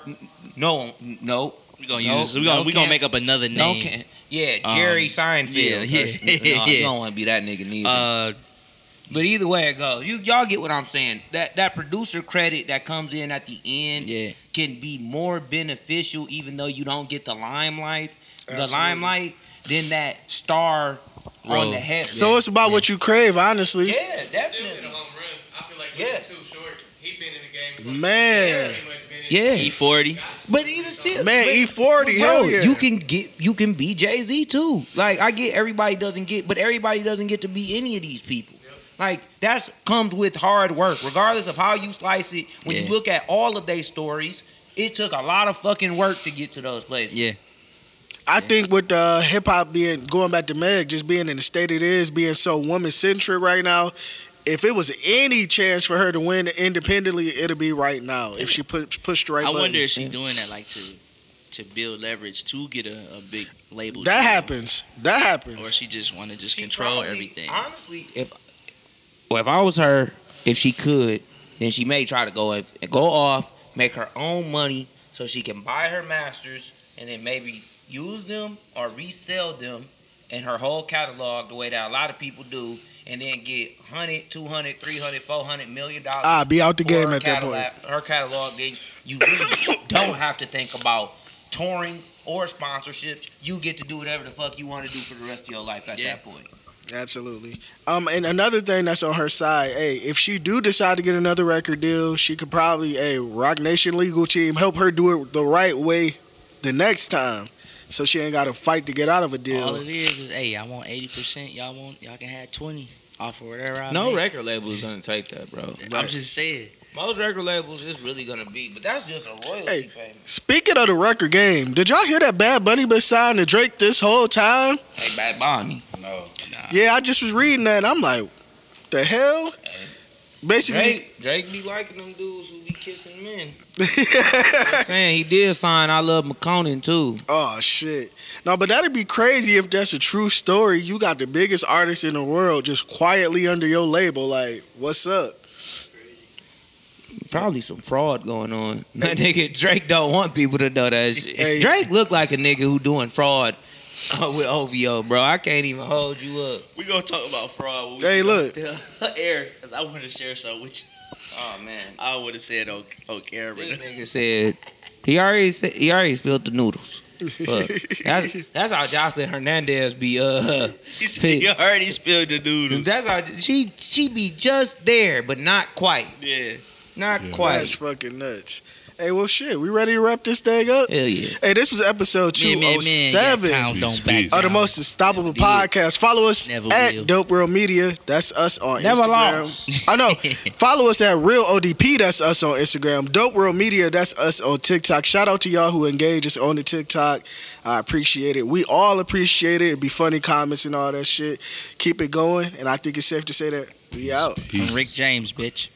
No, no,
We're going
Nope,
to we gonna,
no
we gonna
cash.
make up another
no,
name.
can yeah,
Um,
Jerry Seinfeld.
yeah,
That's-
yeah, yeah.
no, You don't want to be that nigga neither.
uh,
but either way it goes, you y'all get what I'm saying. That that producer credit that comes in at the end
yeah.
can be more beneficial, even though you don't get the limelight. The
Absolutely.
limelight than that star on
Role.
the head.
So it's about what you crave, honestly.
yeah,
Still hit a
definitely.
home run. I feel like
Yeah.
he's too short. He been in the game. for-
Man.
Pretty much been in
Yeah,
E E40.
but even still,
Man,
but-
E40, hell yeah.
you can get you can be Jay Z too. Like I get everybody doesn't get, but everybody doesn't get to be any of these people. Like that's comes with hard work, regardless of how you slice it. When
Yeah.
you look at all of their stories, it took a lot of fucking work to get to those places.
Yeah.
I think with uh, hip hop being going back to Meg, just being in the state it is, being so woman centric right now. If it was any chance for her to win independently, it'll be right now. If she pu- pushed the right
I
buttons.
wonder if she doing that, like, to to build leverage to get a, a big label.
that
deal,
happens. That
Or
happens.
she just want to just
She
control
probably-
everything.
Honestly, if well, if I was her, if she could, Then she may try to go if, go off, make her own money so she can buy her masters and then maybe use them or resell them in her whole catalog the way that a lot of people do and then get 100, 200, 300, 400 million dollars.
I be out Ah, the
for
game
her
at that point.
catalog, Her catalog, then you really don't have to think about touring or sponsorships. You get to do whatever the fuck you want to do for the rest of your life at
Yeah.
that point.
Absolutely. Um, and another thing that's on her side, hey, if she do decide to get another record deal, she could probably, hey, Rock Nation legal team help her do it the right way the next time, so she ain't got to fight to get out of a
All
deal.
it is is, hey, I want eighty percent. Y'all want y'all can have twenty off of whatever I
No
make.
record label is gonna take that, bro.
I'm just saying.
Most record labels is really gonna be, but that's just a royalty
Hey.
payment.
Speaking of the record game, did y'all hear that Bad Bunny been signed to Drake this whole time?
Hey, Bad Bunny.
No.
Yeah, I just was reading that. And I'm like, the hell? Basically,
Drake, Drake be liking them dudes who be kissing men. I'm saying he did sign I Love McConan too.
Oh shit! No, but that'd be crazy if that's a true story. You got the biggest artist in the world just quietly under your label. Like, what's up?
Probably some fraud going on. That nigga Drake don't want people to know that shit.
Hey.
Drake look like a nigga who doing fraud uh, with OVO, bro. I can't even hold you up.
We gonna talk about fraud. when we
Hey,
get
look.
off the air because I want to share something with you.
Oh man.
I would have said on on camera.
This nigga said he already said, he already spilled the noodles. Fuck. That's, that's how Jocelyn Hernandez be uh
He said you already spilled the noodles.
That's how she she be just there, but not quite,
Yeah.
not
Yeah.
quite.
That's fucking nuts. Hey, well, shit. We ready to wrap this thing up?
Hell yeah!
Hey, this was episode
Man, man, man, your
207
town
Peace,
don't back
peace.
of the
down.
most unstoppable podcast. Follow us
Never
at
will.
Dope World Media. That's us on
Never
Instagram.
lost.
I know. Follow us at Real ODP. That's us on Instagram. Dope World Media. That's us on TikTok. Shout out to y'all who engage us on the TikTok. I appreciate it. We all appreciate it. It'd be funny comments and all that shit. Keep it going. And I think it's safe to say that we out.
I'm
Peace.
Rick James, bitch.